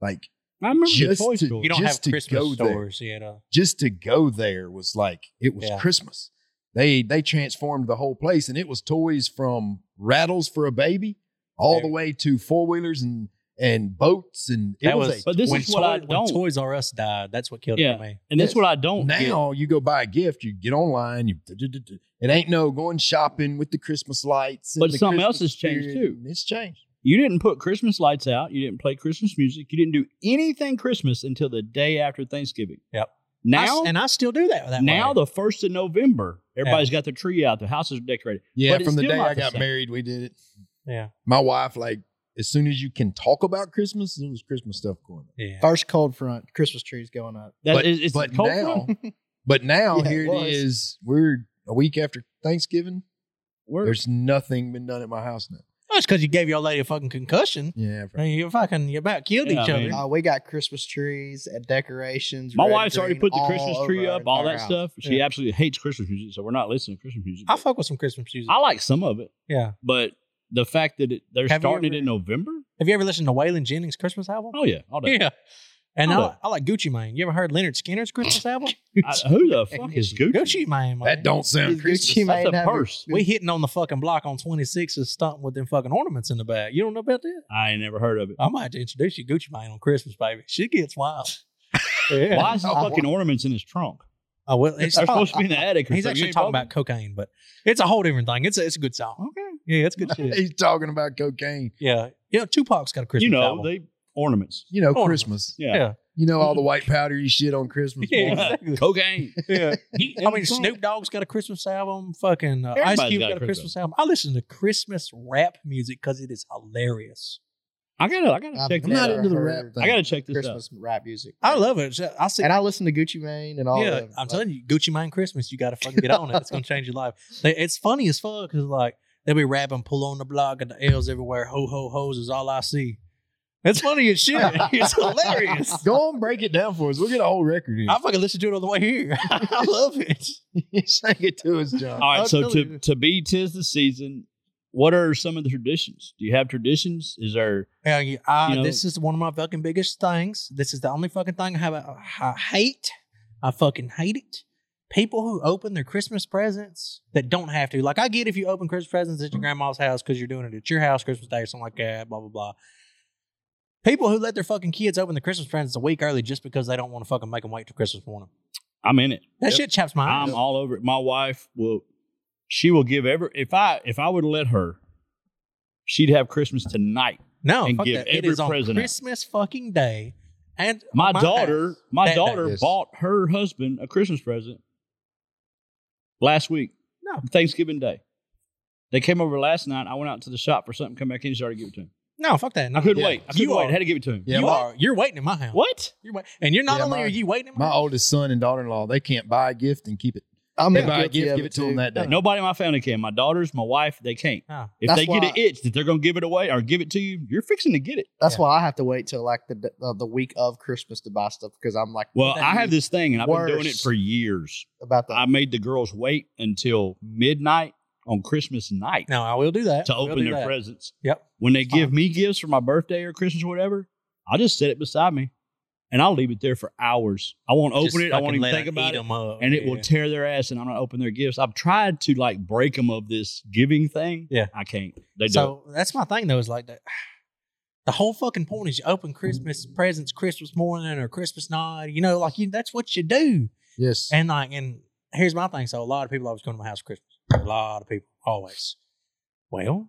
[SPEAKER 3] Like
[SPEAKER 1] I remember the
[SPEAKER 3] Just
[SPEAKER 1] toy
[SPEAKER 3] to-
[SPEAKER 1] store.
[SPEAKER 2] You don't
[SPEAKER 3] Just
[SPEAKER 2] have
[SPEAKER 3] to
[SPEAKER 2] Christmas
[SPEAKER 3] go there.
[SPEAKER 2] stores, you know.
[SPEAKER 3] just to go there was like it was
[SPEAKER 2] Yeah.
[SPEAKER 3] Christmas. They they transformed the whole place, and it was toys from rattles for a baby all the
[SPEAKER 2] Yeah. way
[SPEAKER 3] way to four wheelers and and boats, and it
[SPEAKER 2] That
[SPEAKER 3] was.
[SPEAKER 2] was-
[SPEAKER 3] a-
[SPEAKER 1] But this
[SPEAKER 2] when
[SPEAKER 1] is what I
[SPEAKER 2] Toy- when
[SPEAKER 1] don't-
[SPEAKER 2] Toys R Us died, that's what killed it
[SPEAKER 1] Yeah.
[SPEAKER 2] for me.
[SPEAKER 1] and that's what I don't get.
[SPEAKER 3] now you go buy a gift, you get online, you it ain't no going shopping with the Christmas lights. and
[SPEAKER 1] But
[SPEAKER 3] the
[SPEAKER 1] something else
[SPEAKER 3] Christmas
[SPEAKER 1] has changed,
[SPEAKER 3] spirit,
[SPEAKER 1] too.
[SPEAKER 3] and It's changed.
[SPEAKER 1] You didn't put Christmas lights out. You didn't play Christmas music. You didn't do anything Christmas until the day after Thanksgiving.
[SPEAKER 2] Yep. I s-
[SPEAKER 1] Now,
[SPEAKER 2] and I still do that. that
[SPEAKER 1] now
[SPEAKER 2] way.
[SPEAKER 1] the first of November, everybody's got the tree out. The houses are decorated.
[SPEAKER 3] Yeah,
[SPEAKER 1] But it's
[SPEAKER 3] from the
[SPEAKER 1] still
[SPEAKER 3] day
[SPEAKER 1] not
[SPEAKER 3] I
[SPEAKER 1] the
[SPEAKER 3] got
[SPEAKER 1] same.
[SPEAKER 3] married, we did it.
[SPEAKER 2] yeah,
[SPEAKER 3] My wife, like, as soon as you can talk about Christmas, there was Christmas stuff going on.
[SPEAKER 2] yeah.
[SPEAKER 4] First cold front, Christmas trees going up.
[SPEAKER 1] That
[SPEAKER 3] But-
[SPEAKER 1] is, it's
[SPEAKER 3] but
[SPEAKER 1] cold
[SPEAKER 3] now-
[SPEAKER 1] front.
[SPEAKER 3] But now
[SPEAKER 4] Yeah, it
[SPEAKER 3] here
[SPEAKER 4] was.
[SPEAKER 3] it is. We're a week after Thanksgiving.
[SPEAKER 1] We're-
[SPEAKER 3] There's nothing been done at my house now.
[SPEAKER 2] That's because you gave your lady a fucking concussion.
[SPEAKER 3] Yeah,
[SPEAKER 2] I mean, you fucking you about killed
[SPEAKER 1] Yeah,
[SPEAKER 2] each
[SPEAKER 1] I mean-
[SPEAKER 2] other.
[SPEAKER 4] Uh, we got Christmas trees and decorations.
[SPEAKER 1] my
[SPEAKER 4] red,
[SPEAKER 1] wife's already
[SPEAKER 4] green,
[SPEAKER 1] put the
[SPEAKER 4] all
[SPEAKER 1] Christmas
[SPEAKER 4] over
[SPEAKER 1] tree
[SPEAKER 4] our
[SPEAKER 1] up, all
[SPEAKER 4] entire
[SPEAKER 1] that
[SPEAKER 4] house.
[SPEAKER 1] stuff. She absolutely hates Christmas music, so we're not listening to Christmas music.
[SPEAKER 2] I fuck with some Christmas music.
[SPEAKER 1] I like some of it,
[SPEAKER 2] yeah.
[SPEAKER 1] but the fact that it, they're
[SPEAKER 2] Have you
[SPEAKER 1] starting it
[SPEAKER 2] ever-
[SPEAKER 1] in November?
[SPEAKER 2] Have you ever listened to Waylon Jennings' Christmas album?
[SPEAKER 1] Oh, yeah. All day.
[SPEAKER 2] yeah. And I,
[SPEAKER 1] Oh,
[SPEAKER 2] like- I like Gucci Mane. You ever heard Leonard Skinner's Christmas album?
[SPEAKER 1] I- uh, who the fuck is Gucci?
[SPEAKER 2] Gucci Mane. Man.
[SPEAKER 3] that don't sound
[SPEAKER 4] Is
[SPEAKER 3] Christmas.
[SPEAKER 4] Gucci
[SPEAKER 1] That's
[SPEAKER 4] Mane
[SPEAKER 1] a
[SPEAKER 4] have a-
[SPEAKER 1] purse.
[SPEAKER 2] We hitting on the fucking block on 26 is stunting with them fucking ornaments in the back. You don't know about that?
[SPEAKER 1] I ain't never heard of it.
[SPEAKER 2] I might have to introduce you to Gucci Mane on Christmas, baby. She gets wild. Yeah.
[SPEAKER 1] Why is the
[SPEAKER 3] Oh.
[SPEAKER 1] fucking ornaments in his trunk?
[SPEAKER 2] Oh, well, it's,
[SPEAKER 1] They're supposed to be in the attic. or
[SPEAKER 2] he's
[SPEAKER 1] something. You
[SPEAKER 2] actually
[SPEAKER 1] ain't
[SPEAKER 2] talking
[SPEAKER 1] bought
[SPEAKER 2] about cocaine, but it's a whole different thing. It's a, it's a good song.
[SPEAKER 1] them? Okay.
[SPEAKER 2] Yeah, it's good shit.
[SPEAKER 3] He's talking about cocaine.
[SPEAKER 2] Yeah. You know, Tupac's got a Christmas
[SPEAKER 1] You know,
[SPEAKER 2] album.
[SPEAKER 1] they ornaments.
[SPEAKER 3] You know,
[SPEAKER 2] Ornaments.
[SPEAKER 3] Christmas.
[SPEAKER 1] Yeah.
[SPEAKER 2] Yeah.
[SPEAKER 3] You know, all the white powdery shit on Christmas.
[SPEAKER 2] Yeah,
[SPEAKER 3] morning.
[SPEAKER 2] exactly.
[SPEAKER 1] Cocaine.
[SPEAKER 2] Yeah. I mean,
[SPEAKER 1] the trunk.
[SPEAKER 2] Snoop Dogg's got a Christmas album. Fucking uh, Ice
[SPEAKER 1] Everybody's
[SPEAKER 2] Cube
[SPEAKER 1] got
[SPEAKER 2] got,
[SPEAKER 1] a
[SPEAKER 2] a Christmas
[SPEAKER 1] Christmas.
[SPEAKER 2] album. I listen to Christmas rap music because it is hilarious.
[SPEAKER 1] I gotta, I gotta
[SPEAKER 4] I've
[SPEAKER 1] check
[SPEAKER 3] I'm
[SPEAKER 1] that
[SPEAKER 3] not
[SPEAKER 1] out.
[SPEAKER 4] never
[SPEAKER 3] into the
[SPEAKER 4] heard
[SPEAKER 3] rap thing.
[SPEAKER 1] I gotta check this out.
[SPEAKER 4] Christmas rap music.
[SPEAKER 2] I love it. It's- I see.
[SPEAKER 4] And I listen to Gucci Mane and all.
[SPEAKER 2] yeah,
[SPEAKER 4] of them.
[SPEAKER 2] I'm telling you, Gucci Mane Christmas. You got to fucking get on it. It's gonna change your life. They- It's funny as fuck because like they'll be rapping, pull on the block, and the L's everywhere. Ho ho hoes is all I see. It's funny as shit. It's hilarious.
[SPEAKER 3] Go on, break it down for us. We'll get a whole record here.
[SPEAKER 2] I fucking listened to it on the way here. I love it.
[SPEAKER 3] Sing it to us, John.
[SPEAKER 1] All right,
[SPEAKER 2] I'll
[SPEAKER 1] so
[SPEAKER 2] tell
[SPEAKER 1] to,
[SPEAKER 2] you.
[SPEAKER 1] to be tis the season, what are some of the traditions? Do you have traditions? Is there
[SPEAKER 2] Yeah, you- I,
[SPEAKER 1] You know-
[SPEAKER 2] this is one of my fucking biggest things. This is the only fucking thing I have. A, I hate. I fucking hate it. People who open their Christmas presents that don't have to. Like I get if you open Christmas presents at your grandma's house because you're doing it at your house Christmas Day or something like that. Blah blah blah. People who let their fucking kids open the Christmas presents a week early just because they don't want to fucking make them wait till Christmas morning.
[SPEAKER 1] I'm in it.
[SPEAKER 2] That
[SPEAKER 3] Yep.
[SPEAKER 2] shit chaps my
[SPEAKER 1] I'm
[SPEAKER 2] eyes.
[SPEAKER 1] all over it. My wife will she will give every if I if I would let her, she'd have Christmas tonight.
[SPEAKER 2] No,
[SPEAKER 1] and
[SPEAKER 2] fuck
[SPEAKER 1] give
[SPEAKER 2] that. it
[SPEAKER 1] every
[SPEAKER 2] is on
[SPEAKER 1] present out.
[SPEAKER 2] Christmas fucking day. And
[SPEAKER 1] My,
[SPEAKER 2] on
[SPEAKER 1] daughter,
[SPEAKER 2] house.
[SPEAKER 1] my
[SPEAKER 2] That-
[SPEAKER 1] daughter
[SPEAKER 3] Yes.
[SPEAKER 1] bought her husband a Christmas present last week.
[SPEAKER 2] No.
[SPEAKER 1] Thanksgiving Day. They came over last night. I went out to the shop for something, come back in, she already gave it to him.
[SPEAKER 2] No, fuck that. No.
[SPEAKER 1] I couldn't
[SPEAKER 3] Yeah.
[SPEAKER 1] wait. I couldn't
[SPEAKER 2] You
[SPEAKER 1] wait.
[SPEAKER 2] are-
[SPEAKER 1] I had to give it to him.
[SPEAKER 3] Yeah,
[SPEAKER 2] you
[SPEAKER 3] my-
[SPEAKER 2] are you're waiting in my house.
[SPEAKER 1] What?
[SPEAKER 2] You're wait- and you're not
[SPEAKER 3] Yeah,
[SPEAKER 2] only
[SPEAKER 3] my-
[SPEAKER 2] are you waiting. in
[SPEAKER 3] My
[SPEAKER 2] line,
[SPEAKER 3] oldest son and daughter in law, they can't buy a gift and keep it.
[SPEAKER 4] I'm
[SPEAKER 3] They
[SPEAKER 4] not
[SPEAKER 3] buy a
[SPEAKER 4] guilty
[SPEAKER 3] gift,
[SPEAKER 4] of
[SPEAKER 3] give it to
[SPEAKER 4] too.
[SPEAKER 3] them that day.
[SPEAKER 1] Nobody in my family can. My daughters, my wife, they can't.
[SPEAKER 2] Ah.
[SPEAKER 1] If
[SPEAKER 4] That's
[SPEAKER 1] they get
[SPEAKER 4] why-
[SPEAKER 1] an itch that they're going to give it away or give it to you, you're fixing to get it.
[SPEAKER 4] That's
[SPEAKER 2] Yeah.
[SPEAKER 4] why I have to wait till like the uh, the week of Christmas to buy stuff because I'm like
[SPEAKER 1] Well,
[SPEAKER 2] That
[SPEAKER 1] I have this thing, and I've been doing it
[SPEAKER 4] worse.
[SPEAKER 1] for years.
[SPEAKER 4] about that.
[SPEAKER 1] I made the girls wait until midnight on Christmas night
[SPEAKER 2] no, I will do that.
[SPEAKER 1] to
[SPEAKER 2] I will
[SPEAKER 1] open
[SPEAKER 2] do
[SPEAKER 1] their
[SPEAKER 2] that.
[SPEAKER 1] presents.
[SPEAKER 2] Yep.
[SPEAKER 1] When they
[SPEAKER 2] It's
[SPEAKER 1] give
[SPEAKER 2] fine.
[SPEAKER 1] me gifts for my birthday or Christmas or whatever, I just set it beside me, and I'll leave it there for hours. I won't open
[SPEAKER 2] Just
[SPEAKER 1] it. I won't
[SPEAKER 2] fucking
[SPEAKER 1] even
[SPEAKER 2] let
[SPEAKER 1] think
[SPEAKER 2] them
[SPEAKER 1] about
[SPEAKER 2] eat
[SPEAKER 1] it.
[SPEAKER 2] 'em up.
[SPEAKER 1] and it will
[SPEAKER 2] Yeah.
[SPEAKER 1] tear their ass and I'm not open their gifts. I've tried to like break them of this giving thing.
[SPEAKER 2] Yeah.
[SPEAKER 1] I can't. They do.
[SPEAKER 2] so that's my thing though. Is like that. The whole fucking point is you open Christmas presents Christmas morning or Christmas night. You know, like you that's what you do.
[SPEAKER 3] Yes.
[SPEAKER 2] And like, and here's my thing. So a lot of people always come to my house for Christmas. A lot of people always. Well,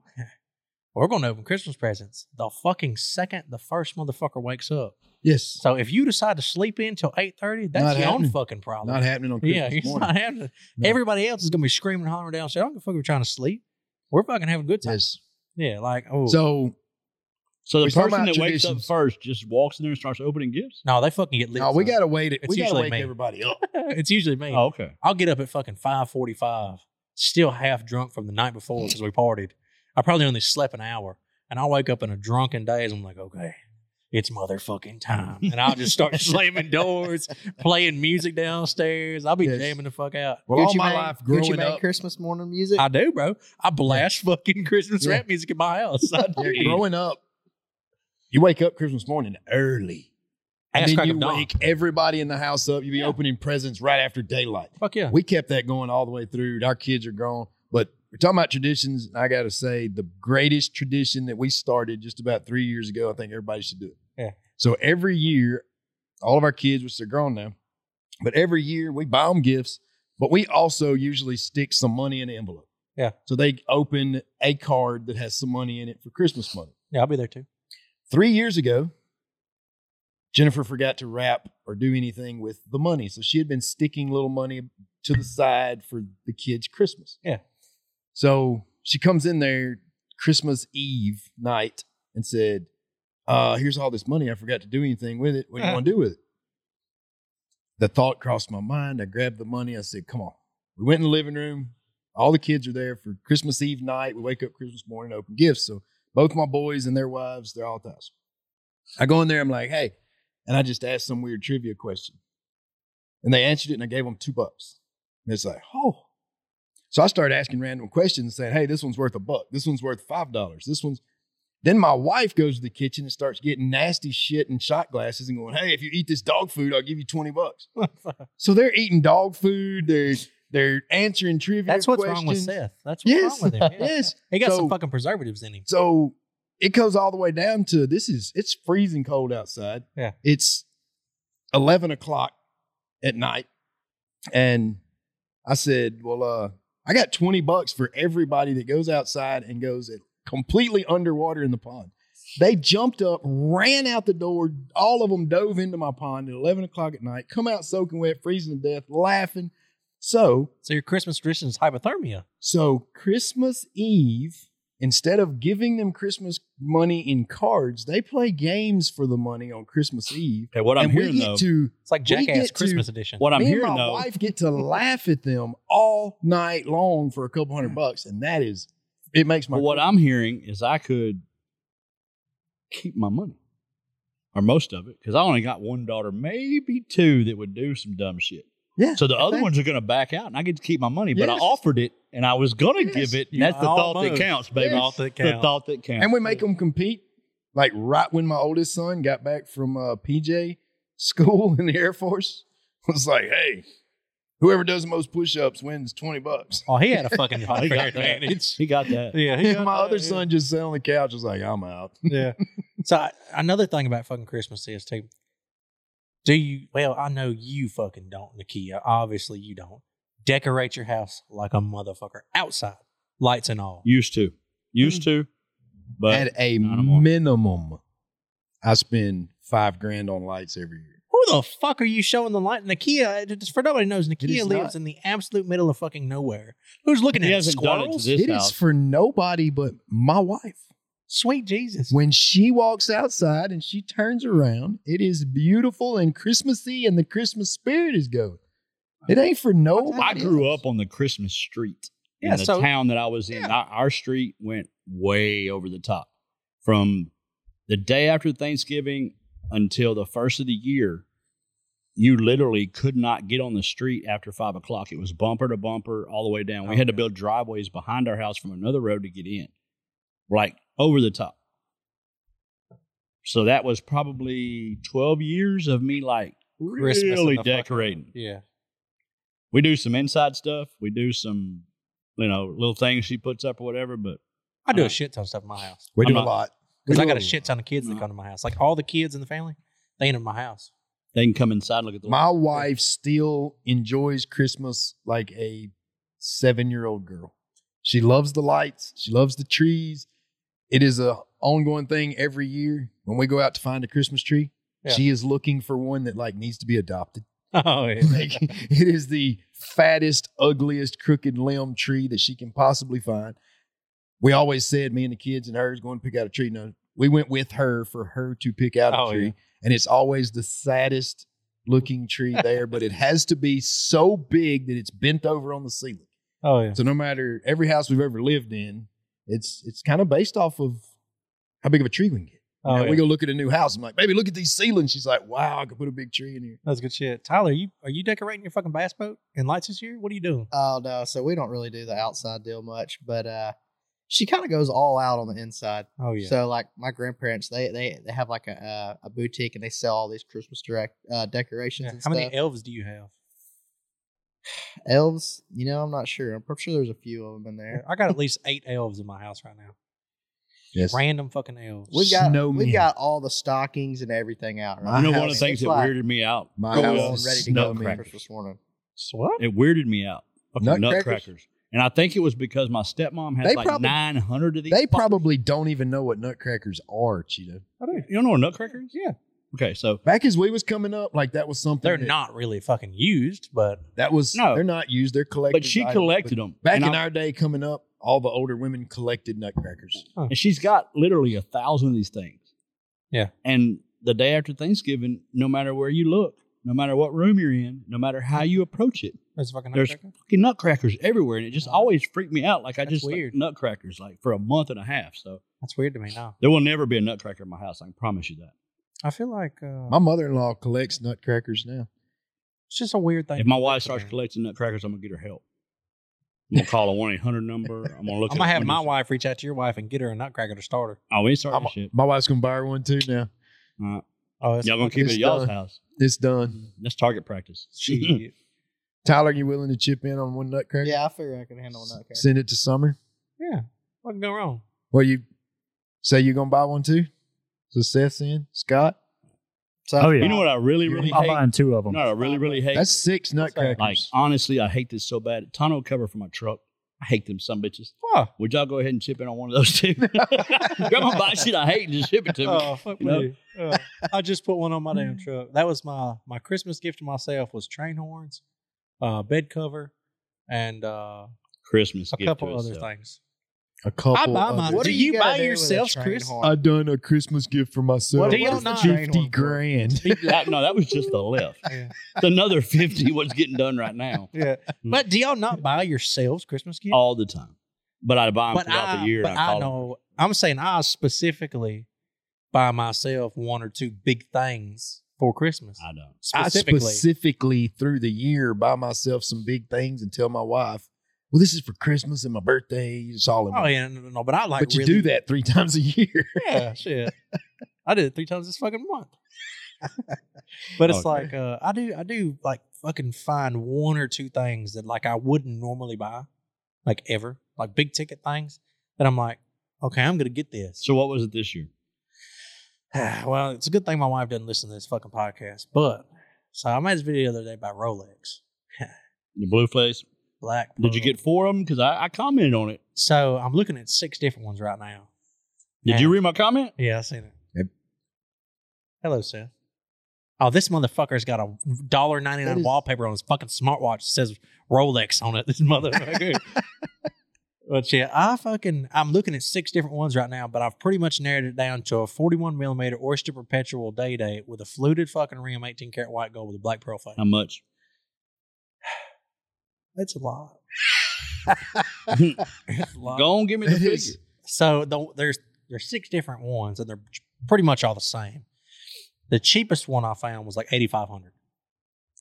[SPEAKER 2] we're going to open Christmas presents the fucking second the first motherfucker wakes up.
[SPEAKER 3] yes.
[SPEAKER 2] So if you decide to sleep in till eight thirty, that's
[SPEAKER 3] Not
[SPEAKER 2] your own
[SPEAKER 3] happening.
[SPEAKER 2] fucking problem.
[SPEAKER 3] Not happening on
[SPEAKER 2] yeah,
[SPEAKER 3] Christmas
[SPEAKER 2] it's
[SPEAKER 3] morning.
[SPEAKER 2] not happening.
[SPEAKER 3] No.
[SPEAKER 2] Everybody else is gonna be screaming, and hollering downstairs. I don't give a fuck. if We're trying to sleep. We're fucking having a good time.
[SPEAKER 3] Yes.
[SPEAKER 2] Yeah, like oh
[SPEAKER 3] So
[SPEAKER 1] So the
[SPEAKER 3] We're talking
[SPEAKER 1] person
[SPEAKER 3] about
[SPEAKER 1] that wakes up
[SPEAKER 3] traditions.
[SPEAKER 1] first just walks in there and starts opening gifts.
[SPEAKER 2] no, they fucking get lit.
[SPEAKER 3] no, we
[SPEAKER 2] son.
[SPEAKER 3] gotta wait. It.
[SPEAKER 2] It's
[SPEAKER 3] We gotta
[SPEAKER 2] usually
[SPEAKER 3] wake
[SPEAKER 2] me.
[SPEAKER 3] everybody up.
[SPEAKER 2] it's usually me.
[SPEAKER 1] Oh, okay.
[SPEAKER 2] I'll get up at fucking five forty five, still half drunk from the night before because we partied. I probably only slept an hour, and I wake up in a drunken daze. I'm like, okay, it's motherfucking time, and I'll just start slamming doors, playing music downstairs. I'll be
[SPEAKER 3] Yes.
[SPEAKER 2] jamming the fuck out.
[SPEAKER 3] Well, all
[SPEAKER 4] Gucci
[SPEAKER 3] my
[SPEAKER 4] Mane-
[SPEAKER 3] life
[SPEAKER 4] Gucci
[SPEAKER 3] growing
[SPEAKER 4] Mane
[SPEAKER 3] up,
[SPEAKER 4] Christmas morning music.
[SPEAKER 2] I do, bro. I blast fucking Christmas
[SPEAKER 3] Yeah.
[SPEAKER 2] rap music in my house. I
[SPEAKER 3] yeah,
[SPEAKER 2] do.
[SPEAKER 3] growing up, you wake up Christmas morning early. And
[SPEAKER 2] Ass
[SPEAKER 3] then
[SPEAKER 2] crack
[SPEAKER 3] you
[SPEAKER 2] of dawn.
[SPEAKER 3] wake everybody in the house up. You be
[SPEAKER 2] Yeah.
[SPEAKER 3] opening presents right after daylight.
[SPEAKER 2] Fuck yeah.
[SPEAKER 3] We kept that going all the way through. Our kids are grown, but we're talking about traditions. And I got to say, the greatest tradition that we started just about three years ago, I think everybody should do it.
[SPEAKER 2] Yeah.
[SPEAKER 3] So every year, all of our kids, which they're grown now, but every year we buy them gifts, but we also usually stick some money in an envelope.
[SPEAKER 2] Yeah.
[SPEAKER 3] So they open a card that has some money in it for Christmas money.
[SPEAKER 2] Yeah, I'll be there too.
[SPEAKER 3] Three years ago, Jennifer forgot to wrap or do anything with the money. So she had been sticking little money to the side for the kids' Christmas.
[SPEAKER 2] Yeah.
[SPEAKER 3] So she comes in there Christmas Eve night and said, uh, here's all this money. I forgot to do anything with it. What do you want to do with it? The thought crossed my mind. I grabbed the money. I said, come on. We went in the living room. All the kids are there for Christmas Eve night. We wake up Christmas morning, open gifts. So both my boys and their wives, they're all at the house. I go in there, I'm like, hey, and I just asked some weird trivia question. And they answered it, and I gave them two bucks. And it's like, oh. So I started asking random questions, saying, hey, this one's worth a buck. This one's worth $5. This one's. Then my wife goes to the kitchen and starts getting nasty shit and shot glasses and going, hey, if you eat this dog food, I'll give you 20 bucks. So they're eating dog food. They're, they're answering trivia
[SPEAKER 2] That's what's wrong with
[SPEAKER 3] questions.
[SPEAKER 2] Seth. That's what's
[SPEAKER 3] Yes.
[SPEAKER 2] wrong with him. Yeah.
[SPEAKER 3] Yes.
[SPEAKER 2] He got
[SPEAKER 3] So-
[SPEAKER 2] some fucking preservatives in him.
[SPEAKER 3] So it goes all the way down to this is it's freezing cold outside.
[SPEAKER 2] Yeah.
[SPEAKER 3] It's eleven o'clock at night. And I said, Well, uh, I got 20 bucks for everybody that goes outside and goes completely underwater in the pond. They jumped up, ran out the door. All of them dove into my pond at 11 o'clock at night, come out soaking wet, freezing to death, laughing. So
[SPEAKER 2] So your Christmas tradition is hypothermia.
[SPEAKER 3] so Christmas Eve, instead of giving them Christmas money in cards, they play games for the money on Christmas Eve.
[SPEAKER 1] Okay, what I'm
[SPEAKER 3] and
[SPEAKER 1] hearing
[SPEAKER 3] we get
[SPEAKER 1] though,
[SPEAKER 3] to
[SPEAKER 2] It's like
[SPEAKER 3] We get
[SPEAKER 2] Jackass
[SPEAKER 3] to-
[SPEAKER 2] Christmas edition.
[SPEAKER 1] what I'm
[SPEAKER 3] me and
[SPEAKER 1] hearing
[SPEAKER 3] my
[SPEAKER 1] though,
[SPEAKER 3] wife get to laugh at them all night long for a couple hundred bucks, and that is it makes my
[SPEAKER 1] Hmm. But what I'm hearing is I could keep my money or most of it because I only got one daughter, maybe two, that would do some dumb shit.
[SPEAKER 3] yeah.
[SPEAKER 1] So the other
[SPEAKER 3] think-
[SPEAKER 1] ones are going to back out, and I get to keep my money. But I
[SPEAKER 3] Yes.
[SPEAKER 1] offered it, and I was going to
[SPEAKER 3] Yes.
[SPEAKER 1] give it.
[SPEAKER 2] You
[SPEAKER 1] That's the thought that
[SPEAKER 2] almost-
[SPEAKER 1] counts, baby.
[SPEAKER 3] Yes.
[SPEAKER 2] that
[SPEAKER 1] The thought that counts.
[SPEAKER 3] and we make them compete. Like right when my oldest son got back from uh, PJ school in the Air Force, was like, hey, whoever does the most push-ups wins twenty bucks.
[SPEAKER 2] Oh, he had a fucking
[SPEAKER 1] He
[SPEAKER 2] unfair
[SPEAKER 1] got that.
[SPEAKER 2] advantage.
[SPEAKER 1] He got that.
[SPEAKER 2] Yeah, he got
[SPEAKER 3] my
[SPEAKER 2] that,
[SPEAKER 3] other
[SPEAKER 2] yeah.
[SPEAKER 3] son just sat on the couch was like, I'm out.
[SPEAKER 2] Yeah. so I, another thing about fucking Christmas is too. Do you? Well, I know you fucking don't, Nakia. Obviously, you don't decorate your house like a motherfucker outside, lights and all.
[SPEAKER 1] Used to, used to, but
[SPEAKER 3] At a
[SPEAKER 1] not anymore.
[SPEAKER 3] minimum, I spend five grand on lights every year.
[SPEAKER 2] Who the fuck are you showing the light? Nakia, just for nobody knows, Nakia
[SPEAKER 3] is
[SPEAKER 2] lives
[SPEAKER 3] not.
[SPEAKER 2] in the absolute middle of fucking nowhere. Who's looking
[SPEAKER 1] he
[SPEAKER 2] at
[SPEAKER 1] hasn't done it to
[SPEAKER 2] squirrels?
[SPEAKER 1] this
[SPEAKER 3] It is
[SPEAKER 1] house.
[SPEAKER 3] for nobody but my wife.
[SPEAKER 2] Sweet Jesus!
[SPEAKER 3] When she walks outside and she turns around, it is beautiful and Christmassy, and the Christmas spirit is going. It ain't for nobody.
[SPEAKER 1] I grew
[SPEAKER 3] else.
[SPEAKER 1] up on the Christmas street
[SPEAKER 2] Yeah,
[SPEAKER 1] in the
[SPEAKER 2] so-
[SPEAKER 1] town that I was in.
[SPEAKER 2] yeah.
[SPEAKER 1] Our, our street went way over the top from the day after Thanksgiving until the first of the year. You literally could not get on the street after five o'clock. It was bumper to bumper all the way down. We had to build driveways behind our house from another road to get in, like over the top. So that was probably 12 years of me like
[SPEAKER 2] Christmas in
[SPEAKER 1] really
[SPEAKER 2] the fucking-
[SPEAKER 1] decorating
[SPEAKER 2] yeah.
[SPEAKER 1] we do some inside stuff. We do some, you know, little things she puts up or whatever. But
[SPEAKER 2] I do
[SPEAKER 1] Uh,
[SPEAKER 2] a shit ton of stuff in my house
[SPEAKER 3] We
[SPEAKER 1] I'm
[SPEAKER 3] do a
[SPEAKER 1] not-
[SPEAKER 3] lot.
[SPEAKER 2] because I
[SPEAKER 3] Ooh.
[SPEAKER 2] got a shit ton of kids that
[SPEAKER 1] No.
[SPEAKER 2] come to my house. Like all the kids in the family, they enter my house.
[SPEAKER 1] they can come inside and look at the.
[SPEAKER 3] My wife still enjoys Christmas like a seven year old girl. She loves the lights, she loves the trees. It is a ongoing thing every year when we go out to find a Christmas tree.
[SPEAKER 2] Yeah.
[SPEAKER 3] She is looking for one that like needs to be adopted.
[SPEAKER 2] Oh yeah.
[SPEAKER 3] Like, it is the fattest, ugliest, crooked limb tree that she can possibly find. we always said me and the kids and her is going to pick out a tree. No, we went with her for her to pick out
[SPEAKER 2] Oh,
[SPEAKER 3] a tree,
[SPEAKER 2] yeah.
[SPEAKER 3] and it's always the saddest looking tree there, but it has to be so big that it's bent over on the ceiling.
[SPEAKER 2] Oh yeah.
[SPEAKER 3] So no matter every house we've ever lived in, it's it's kind of based off of how big of a tree we can get. You
[SPEAKER 2] Oh,
[SPEAKER 3] know,
[SPEAKER 2] yeah.
[SPEAKER 3] We go look at a new house. I'm like, baby, look at these ceilings. She's like, wow, I could put a big tree in here.
[SPEAKER 2] That's good shit. Tyler, you are you decorating your fucking bass boat and lights this year? What are you doing?
[SPEAKER 4] Oh no, so we don't really do the outside deal much, but uh she kind of goes all out on the inside.
[SPEAKER 2] Oh yeah.
[SPEAKER 4] So like my grandparents, they they, they have like a uh, a boutique and they sell all these Christmas direct uh, decorations
[SPEAKER 2] Yeah.
[SPEAKER 4] and
[SPEAKER 2] How
[SPEAKER 4] stuff.
[SPEAKER 2] many elves do you have?
[SPEAKER 4] elves? You know, I'm not sure. I'm pretty sure there's a few of them in there.
[SPEAKER 2] I got at least eight elves in my house right now.
[SPEAKER 3] Yes.
[SPEAKER 2] Random fucking elves.
[SPEAKER 4] We've got
[SPEAKER 3] Snowmen.
[SPEAKER 4] we've got all the stockings and everything out. Right?
[SPEAKER 1] You know,
[SPEAKER 4] now.
[SPEAKER 1] one of the
[SPEAKER 4] It's
[SPEAKER 1] things that
[SPEAKER 4] like
[SPEAKER 1] weirded me out.
[SPEAKER 3] My
[SPEAKER 4] I
[SPEAKER 1] growing
[SPEAKER 3] house
[SPEAKER 1] up,
[SPEAKER 4] was ready to go for
[SPEAKER 3] Snowmen.
[SPEAKER 4] Christmas morning.
[SPEAKER 2] So what?
[SPEAKER 1] It weirded me out. Fucking nutcrackers.
[SPEAKER 3] Nutcrackers?
[SPEAKER 1] And I think it was because my stepmom had
[SPEAKER 3] They
[SPEAKER 1] like
[SPEAKER 3] probably-
[SPEAKER 1] 900 of these.
[SPEAKER 3] They
[SPEAKER 1] fuckers.
[SPEAKER 3] probably don't even know what nutcrackers are, Cheetah.
[SPEAKER 2] I do.
[SPEAKER 1] You don't know what nutcrackers? Yeah. Okay, so
[SPEAKER 3] Back as we was coming up, like that was something.
[SPEAKER 2] They're
[SPEAKER 3] that-
[SPEAKER 2] not really fucking used, but
[SPEAKER 3] That was
[SPEAKER 1] No.
[SPEAKER 3] They're not used. They're collected.
[SPEAKER 1] but she collected them.
[SPEAKER 3] Back
[SPEAKER 1] and
[SPEAKER 3] in
[SPEAKER 1] I-
[SPEAKER 3] our day, coming up, all the older women collected nutcrackers.
[SPEAKER 1] and she's got literally a thousand of these things.
[SPEAKER 2] Yeah.
[SPEAKER 1] And the day after Thanksgiving, no matter where you look, no matter what room you're in, no matter how you approach it,
[SPEAKER 2] there's fucking
[SPEAKER 1] There's-
[SPEAKER 2] nutcracker.
[SPEAKER 1] fucking nutcrackers everywhere, and it just
[SPEAKER 2] Yeah.
[SPEAKER 1] always freaked me out. Like I
[SPEAKER 2] That's
[SPEAKER 1] just like,
[SPEAKER 2] weird.
[SPEAKER 1] nutcrackers like for a month and a half. So
[SPEAKER 2] That's weird to me now.
[SPEAKER 1] there will never be a nutcracker in my house. I can promise you that.
[SPEAKER 2] I feel like uh,
[SPEAKER 3] My mother-in-law collects nutcrackers now.
[SPEAKER 2] it's just a weird thing.
[SPEAKER 1] If my
[SPEAKER 2] to
[SPEAKER 1] wife
[SPEAKER 2] look
[SPEAKER 1] starts
[SPEAKER 2] at.
[SPEAKER 1] collecting nutcrackers, I'm gonna get her help. I'm gonna call a one eight hundred number. I'm gonna look.
[SPEAKER 2] I'm
[SPEAKER 1] at
[SPEAKER 2] gonna
[SPEAKER 1] it.
[SPEAKER 2] have my
[SPEAKER 1] just-
[SPEAKER 2] wife reach out to your wife and get her a nutcracker to start her.
[SPEAKER 1] Oh, we ain't starting
[SPEAKER 3] I'm-
[SPEAKER 1] this shit.
[SPEAKER 3] my wife's gonna buy her one too now.
[SPEAKER 2] Oh, that's
[SPEAKER 1] Y'all gonna keep it at
[SPEAKER 3] it's
[SPEAKER 1] y'all's
[SPEAKER 3] done.
[SPEAKER 1] house.
[SPEAKER 3] It's done.
[SPEAKER 1] That's target practice.
[SPEAKER 2] Shit.
[SPEAKER 3] Tyler, you willing to chip in on one nutcracker?
[SPEAKER 4] Yeah, I figure I can handle that. character.
[SPEAKER 3] Send it to Summer.
[SPEAKER 2] yeah. What can go wrong?
[SPEAKER 3] Well, you say you gonna buy one too? So Seth's in. Scott.
[SPEAKER 4] So
[SPEAKER 5] Oh, yeah.
[SPEAKER 1] You know what I really,
[SPEAKER 3] You're-
[SPEAKER 1] really
[SPEAKER 5] I'm
[SPEAKER 1] hate?
[SPEAKER 5] buying two of them.
[SPEAKER 1] No, I really, really hate.
[SPEAKER 3] That's six nutcrackers.
[SPEAKER 1] like honestly, I hate this so bad. Tonneau cover for my truck. I hate them some bitches.
[SPEAKER 2] What?
[SPEAKER 1] Would y'all go ahead and chip in on one of those two? Y'all gonna buy shit I hate and just ship it to me.
[SPEAKER 2] Oh fuck
[SPEAKER 1] You know?
[SPEAKER 2] me! Uh, I just put one on my damn truck. That was my my Christmas gift to myself was train horns, uh, bed cover, and uh,
[SPEAKER 1] Christmas
[SPEAKER 2] a
[SPEAKER 1] gift
[SPEAKER 2] couple
[SPEAKER 1] to
[SPEAKER 2] other
[SPEAKER 1] itself.
[SPEAKER 2] things.
[SPEAKER 3] a couple.
[SPEAKER 2] I buy
[SPEAKER 3] of
[SPEAKER 2] mine.
[SPEAKER 3] them.
[SPEAKER 2] What do you
[SPEAKER 4] gotta
[SPEAKER 2] buy
[SPEAKER 4] do with a
[SPEAKER 2] yourselves,
[SPEAKER 4] train
[SPEAKER 2] Chris?
[SPEAKER 1] Uh,
[SPEAKER 4] horn?
[SPEAKER 3] I done a Christmas gift for myself.
[SPEAKER 2] Do you
[SPEAKER 4] is the
[SPEAKER 2] not-
[SPEAKER 4] train
[SPEAKER 3] Fifty
[SPEAKER 4] horn for?
[SPEAKER 3] grand.
[SPEAKER 1] That- no, that was just the left.
[SPEAKER 2] Yeah.
[SPEAKER 1] It's another fifty. What's getting done right now
[SPEAKER 2] Yeah, but do y'all not buy yourselves Christmas gifts?
[SPEAKER 1] all the time. But I buy them
[SPEAKER 2] but
[SPEAKER 1] throughout
[SPEAKER 2] I,
[SPEAKER 1] the year.
[SPEAKER 2] but
[SPEAKER 1] and I,
[SPEAKER 2] I,
[SPEAKER 1] call them.
[SPEAKER 2] know I'm saying I specifically buy myself one or two big things for Christmas.
[SPEAKER 1] I don't.
[SPEAKER 3] I
[SPEAKER 2] Specifically,
[SPEAKER 3] specifically through the year buy myself some big things and tell my wife, "Well, this is for Christmas and my birthday. It's all in."
[SPEAKER 2] oh
[SPEAKER 3] one."
[SPEAKER 2] yeah, no, no, no, but I like.
[SPEAKER 3] but you
[SPEAKER 2] really-
[SPEAKER 3] do that three times a year.
[SPEAKER 2] Yeah, shit. I did it three times this fucking month. but it's
[SPEAKER 1] Okay.
[SPEAKER 2] like uh, I do, I do like fucking find one or two things that like I wouldn't normally buy, like ever, like big ticket things that I'm like, okay, I'm gonna get this.
[SPEAKER 1] So what was it this year?
[SPEAKER 2] well, it's a good thing my wife doesn't listen to this fucking podcast. But so I made this video the other day about Rolex,
[SPEAKER 1] The blue face.
[SPEAKER 2] black.
[SPEAKER 1] Did you
[SPEAKER 2] pearl.
[SPEAKER 1] get four of them? Because I, I commented on it.
[SPEAKER 2] So I'm looking at six different ones right now.
[SPEAKER 1] Did you
[SPEAKER 2] Yeah.
[SPEAKER 1] read my comment?
[SPEAKER 2] Yeah, I seen it.
[SPEAKER 3] Yep.
[SPEAKER 2] Hello, Seth. Oh, this motherfucker's got a dollar ninety
[SPEAKER 3] That
[SPEAKER 2] nine
[SPEAKER 3] is-
[SPEAKER 2] wallpaper on his fucking smartwatch that says Rolex on it. This motherfucker. but yeah, I fucking I'm looking at six different ones right now, but I've pretty much narrowed it down to a forty one millimeter Oyster Perpetual Day Date with a fluted fucking rim, eighteen karat white gold with a black pearl face.
[SPEAKER 1] How much?
[SPEAKER 2] That's a lot. That's a lot.
[SPEAKER 1] Go on, give me the
[SPEAKER 3] It
[SPEAKER 1] figure.
[SPEAKER 3] is.
[SPEAKER 2] So the, there's there's six different ones, and they're pretty much all the same. The cheapest one I found was like eighty five hundred.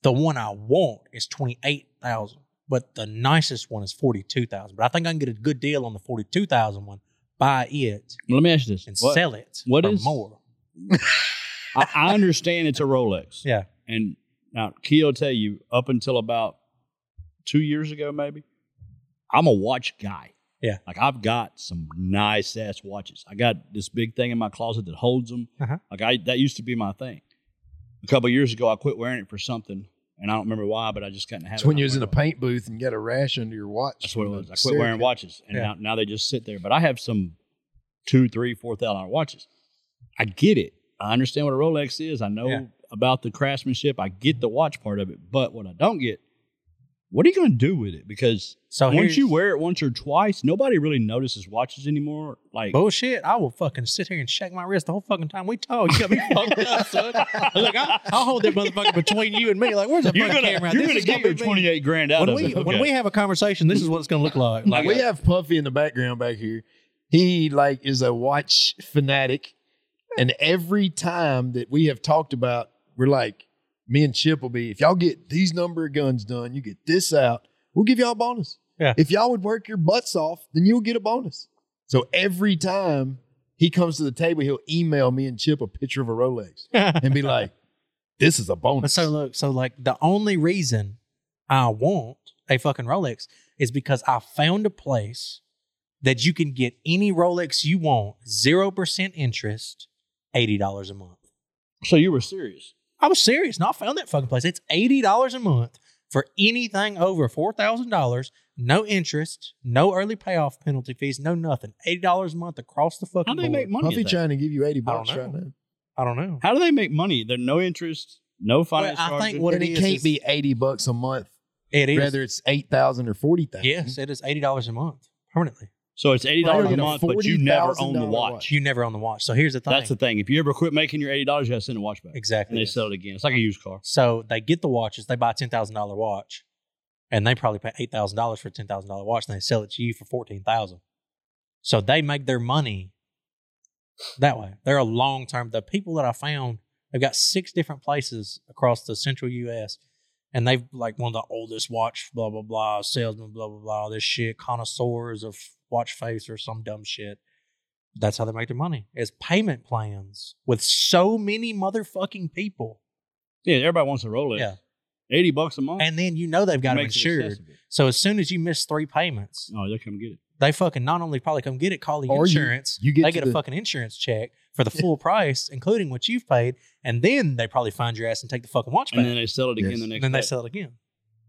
[SPEAKER 2] The one I want is twenty eight thousand, but the nicest one is forty two thousand. But I think I can get a good deal on the forty two thousand one. Buy it
[SPEAKER 1] Let me ask you this.
[SPEAKER 2] and
[SPEAKER 1] What-
[SPEAKER 2] sell it
[SPEAKER 1] what
[SPEAKER 2] for
[SPEAKER 1] is-
[SPEAKER 2] more.
[SPEAKER 1] I, I understand it's a Rolex.
[SPEAKER 2] Yeah.
[SPEAKER 1] And now Key will tell you, up until about two years ago, maybe, I'm a watch guy.
[SPEAKER 2] Yeah.
[SPEAKER 1] Like I've got some nice ass watches. I got this big thing in my closet that holds them.
[SPEAKER 2] Uh-huh.
[SPEAKER 1] Like I that used to be my thing. A couple years ago, I quit wearing it for something, and I don't remember why, but I just couldn't have
[SPEAKER 3] It's
[SPEAKER 1] it.
[SPEAKER 3] when
[SPEAKER 1] I
[SPEAKER 3] you was in
[SPEAKER 1] wear
[SPEAKER 3] a
[SPEAKER 1] it all-
[SPEAKER 3] paint booth and you got a rash under your watch.
[SPEAKER 1] That's what it was. I quit
[SPEAKER 3] Seriously.
[SPEAKER 1] wearing watches, and
[SPEAKER 2] Yeah.
[SPEAKER 1] now, now they just sit there. But I have some two, three, four thousand dollar watches. I get it. I understand what a Rolex is. I know
[SPEAKER 2] Yeah.
[SPEAKER 1] about the craftsmanship. I get the watch part of it. But what I don't get What are you going to do with it? Because
[SPEAKER 2] So
[SPEAKER 1] once you
[SPEAKER 2] Oh, here's-
[SPEAKER 1] wear it once or twice, nobody really notices watches anymore. Like,
[SPEAKER 2] bullshit, I will fucking sit here and shake my wrist the whole fucking time we talk. You got me fucked up, son. Look, I, I'll hold that motherfucker between you and me. Like, where's the
[SPEAKER 1] you're
[SPEAKER 2] fucking
[SPEAKER 1] gonna
[SPEAKER 2] camera?
[SPEAKER 1] you're
[SPEAKER 2] This
[SPEAKER 1] gonna
[SPEAKER 2] is
[SPEAKER 1] get
[SPEAKER 2] be
[SPEAKER 1] your
[SPEAKER 2] me.
[SPEAKER 1] twenty eight grand out
[SPEAKER 2] When
[SPEAKER 1] of
[SPEAKER 2] we
[SPEAKER 1] it. Okay.
[SPEAKER 2] when we have a conversation, this is what it's gonna look like. Like,
[SPEAKER 3] we have Puffy in the background back here. He like is a watch fanatic, and every time that we have talked about, we're like, me and Chip will be. If y'all get these number of guns done, you get this out. We'll give y'all a bonus.
[SPEAKER 2] Yeah.
[SPEAKER 3] If y'all would work your butts off, then you'll get a bonus. So every time he comes to the table, he'll email me and Chip a picture of a Rolex and be like, "This is a
[SPEAKER 2] But
[SPEAKER 3] bonus."
[SPEAKER 2] so look, so like the only reason I want a fucking Rolex is because I found a place that you can get any Rolex you want, zero percent interest, eighty dollars a month.
[SPEAKER 1] so you were serious.
[SPEAKER 2] I was serious. No, I found that fucking place. It's eighty dollars a month for anything over four thousand dollars. No interest, no early payoff penalty fees, no nothing. Eighty dollars a month across the fucking
[SPEAKER 1] How do they
[SPEAKER 2] board.
[SPEAKER 1] make money?
[SPEAKER 3] Puffy
[SPEAKER 1] at that?
[SPEAKER 3] trying to give you eighty
[SPEAKER 2] I don't
[SPEAKER 3] bucks right
[SPEAKER 2] know.
[SPEAKER 3] now,
[SPEAKER 2] I don't know.
[SPEAKER 1] How do they make money? There's no interest, no finance
[SPEAKER 2] I
[SPEAKER 1] charges.
[SPEAKER 2] think what
[SPEAKER 3] and
[SPEAKER 2] it
[SPEAKER 3] it
[SPEAKER 2] is
[SPEAKER 3] can't
[SPEAKER 2] is-
[SPEAKER 3] be eighty bucks a month.
[SPEAKER 2] It is.
[SPEAKER 3] whether it's eight thousand or forty thousand.
[SPEAKER 2] yes, it is eighty dollars a month permanently.
[SPEAKER 1] so it's eighty
[SPEAKER 3] Well,
[SPEAKER 1] dollars
[SPEAKER 3] you
[SPEAKER 1] a
[SPEAKER 3] get a
[SPEAKER 1] month, but you never own the
[SPEAKER 3] $40,000
[SPEAKER 1] watch.
[SPEAKER 3] watch.
[SPEAKER 2] You never own the watch. So here's the thing.
[SPEAKER 1] That's the thing. If you ever quit making your eighty dollars, you got to send the watch back,
[SPEAKER 2] exactly.
[SPEAKER 1] and they sell it again. It's like a used car.
[SPEAKER 2] So they get the watches, they buy a ten thousand dollar watch, and they probably pay eight thousand dollars for a ten thousand dollar watch, and they sell it to you for fourteen thousand. So they make their money that way. They're a long term. The people that I found, they've got six different places across the central U.S. And they've like one of the oldest watch, blah blah blah, salesman, blah blah blah, all this shit, connoisseurs of watch face or some dumb shit. That's how they make their money. Is payment plans with so many motherfucking people.
[SPEAKER 1] Yeah, everybody wants a Rolex.
[SPEAKER 2] Yeah.
[SPEAKER 1] eighty bucks a month.
[SPEAKER 2] And then you know they've got them
[SPEAKER 1] Makes it
[SPEAKER 2] insured.
[SPEAKER 1] accessible.
[SPEAKER 2] So as soon as you miss three payments,
[SPEAKER 1] Oh, they come get it.
[SPEAKER 2] they fucking not only probably come get it, call the
[SPEAKER 3] Or you-
[SPEAKER 2] insurance.
[SPEAKER 3] you get
[SPEAKER 2] they
[SPEAKER 3] to
[SPEAKER 2] get a
[SPEAKER 3] the-
[SPEAKER 2] fucking insurance check for the full price, including what you've paid, and then they probably find your ass and take the fucking watch back.
[SPEAKER 1] And then they sell it again
[SPEAKER 3] Yes.
[SPEAKER 1] the next
[SPEAKER 2] and then
[SPEAKER 1] day.
[SPEAKER 2] they sell it again.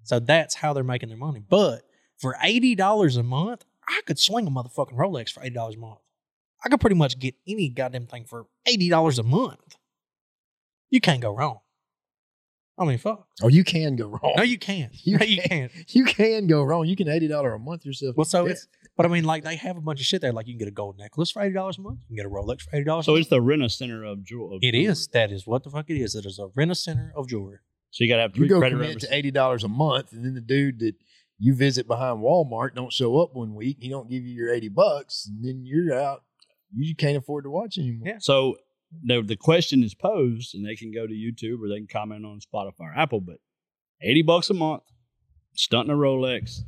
[SPEAKER 2] So that's how they're making their money. But for eighty dollars a month, I could swing a motherfucking Rolex for eighty dollars a month. I could pretty much get any goddamn thing for eighty dollars a month. You can't go wrong. I mean, fuck.
[SPEAKER 3] Oh, you can go wrong.
[SPEAKER 2] No, you can't.
[SPEAKER 3] You
[SPEAKER 2] no, you
[SPEAKER 3] can't.
[SPEAKER 2] can't.
[SPEAKER 3] You can go wrong. You can eighty dollar a month yourself.
[SPEAKER 2] Well, so
[SPEAKER 3] Yeah.
[SPEAKER 2] it's, but I mean, like they have a bunch of shit there. Like you can get a gold necklace for eighty dollars a month. You can get a Rolex for eighty dollars.
[SPEAKER 1] So it's the rent a center of jewel. Of
[SPEAKER 2] it
[SPEAKER 1] jewelry.
[SPEAKER 2] is. That is what the fuck it is. It is a rent a center of jewelry.
[SPEAKER 1] So you got to have
[SPEAKER 3] you
[SPEAKER 1] three
[SPEAKER 3] go
[SPEAKER 1] credit
[SPEAKER 3] commit
[SPEAKER 1] references.
[SPEAKER 3] to eighty dollars a month, and then the dude that you visit behind Walmart don't show up one week. He don't give you your eighty bucks, and then you're out. You can't afford to watch anymore.
[SPEAKER 2] Yeah.
[SPEAKER 1] So the the question is posed, and they can go to YouTube or they can comment on Spotify or Apple. But eighty bucks a month, stunting a Rolex.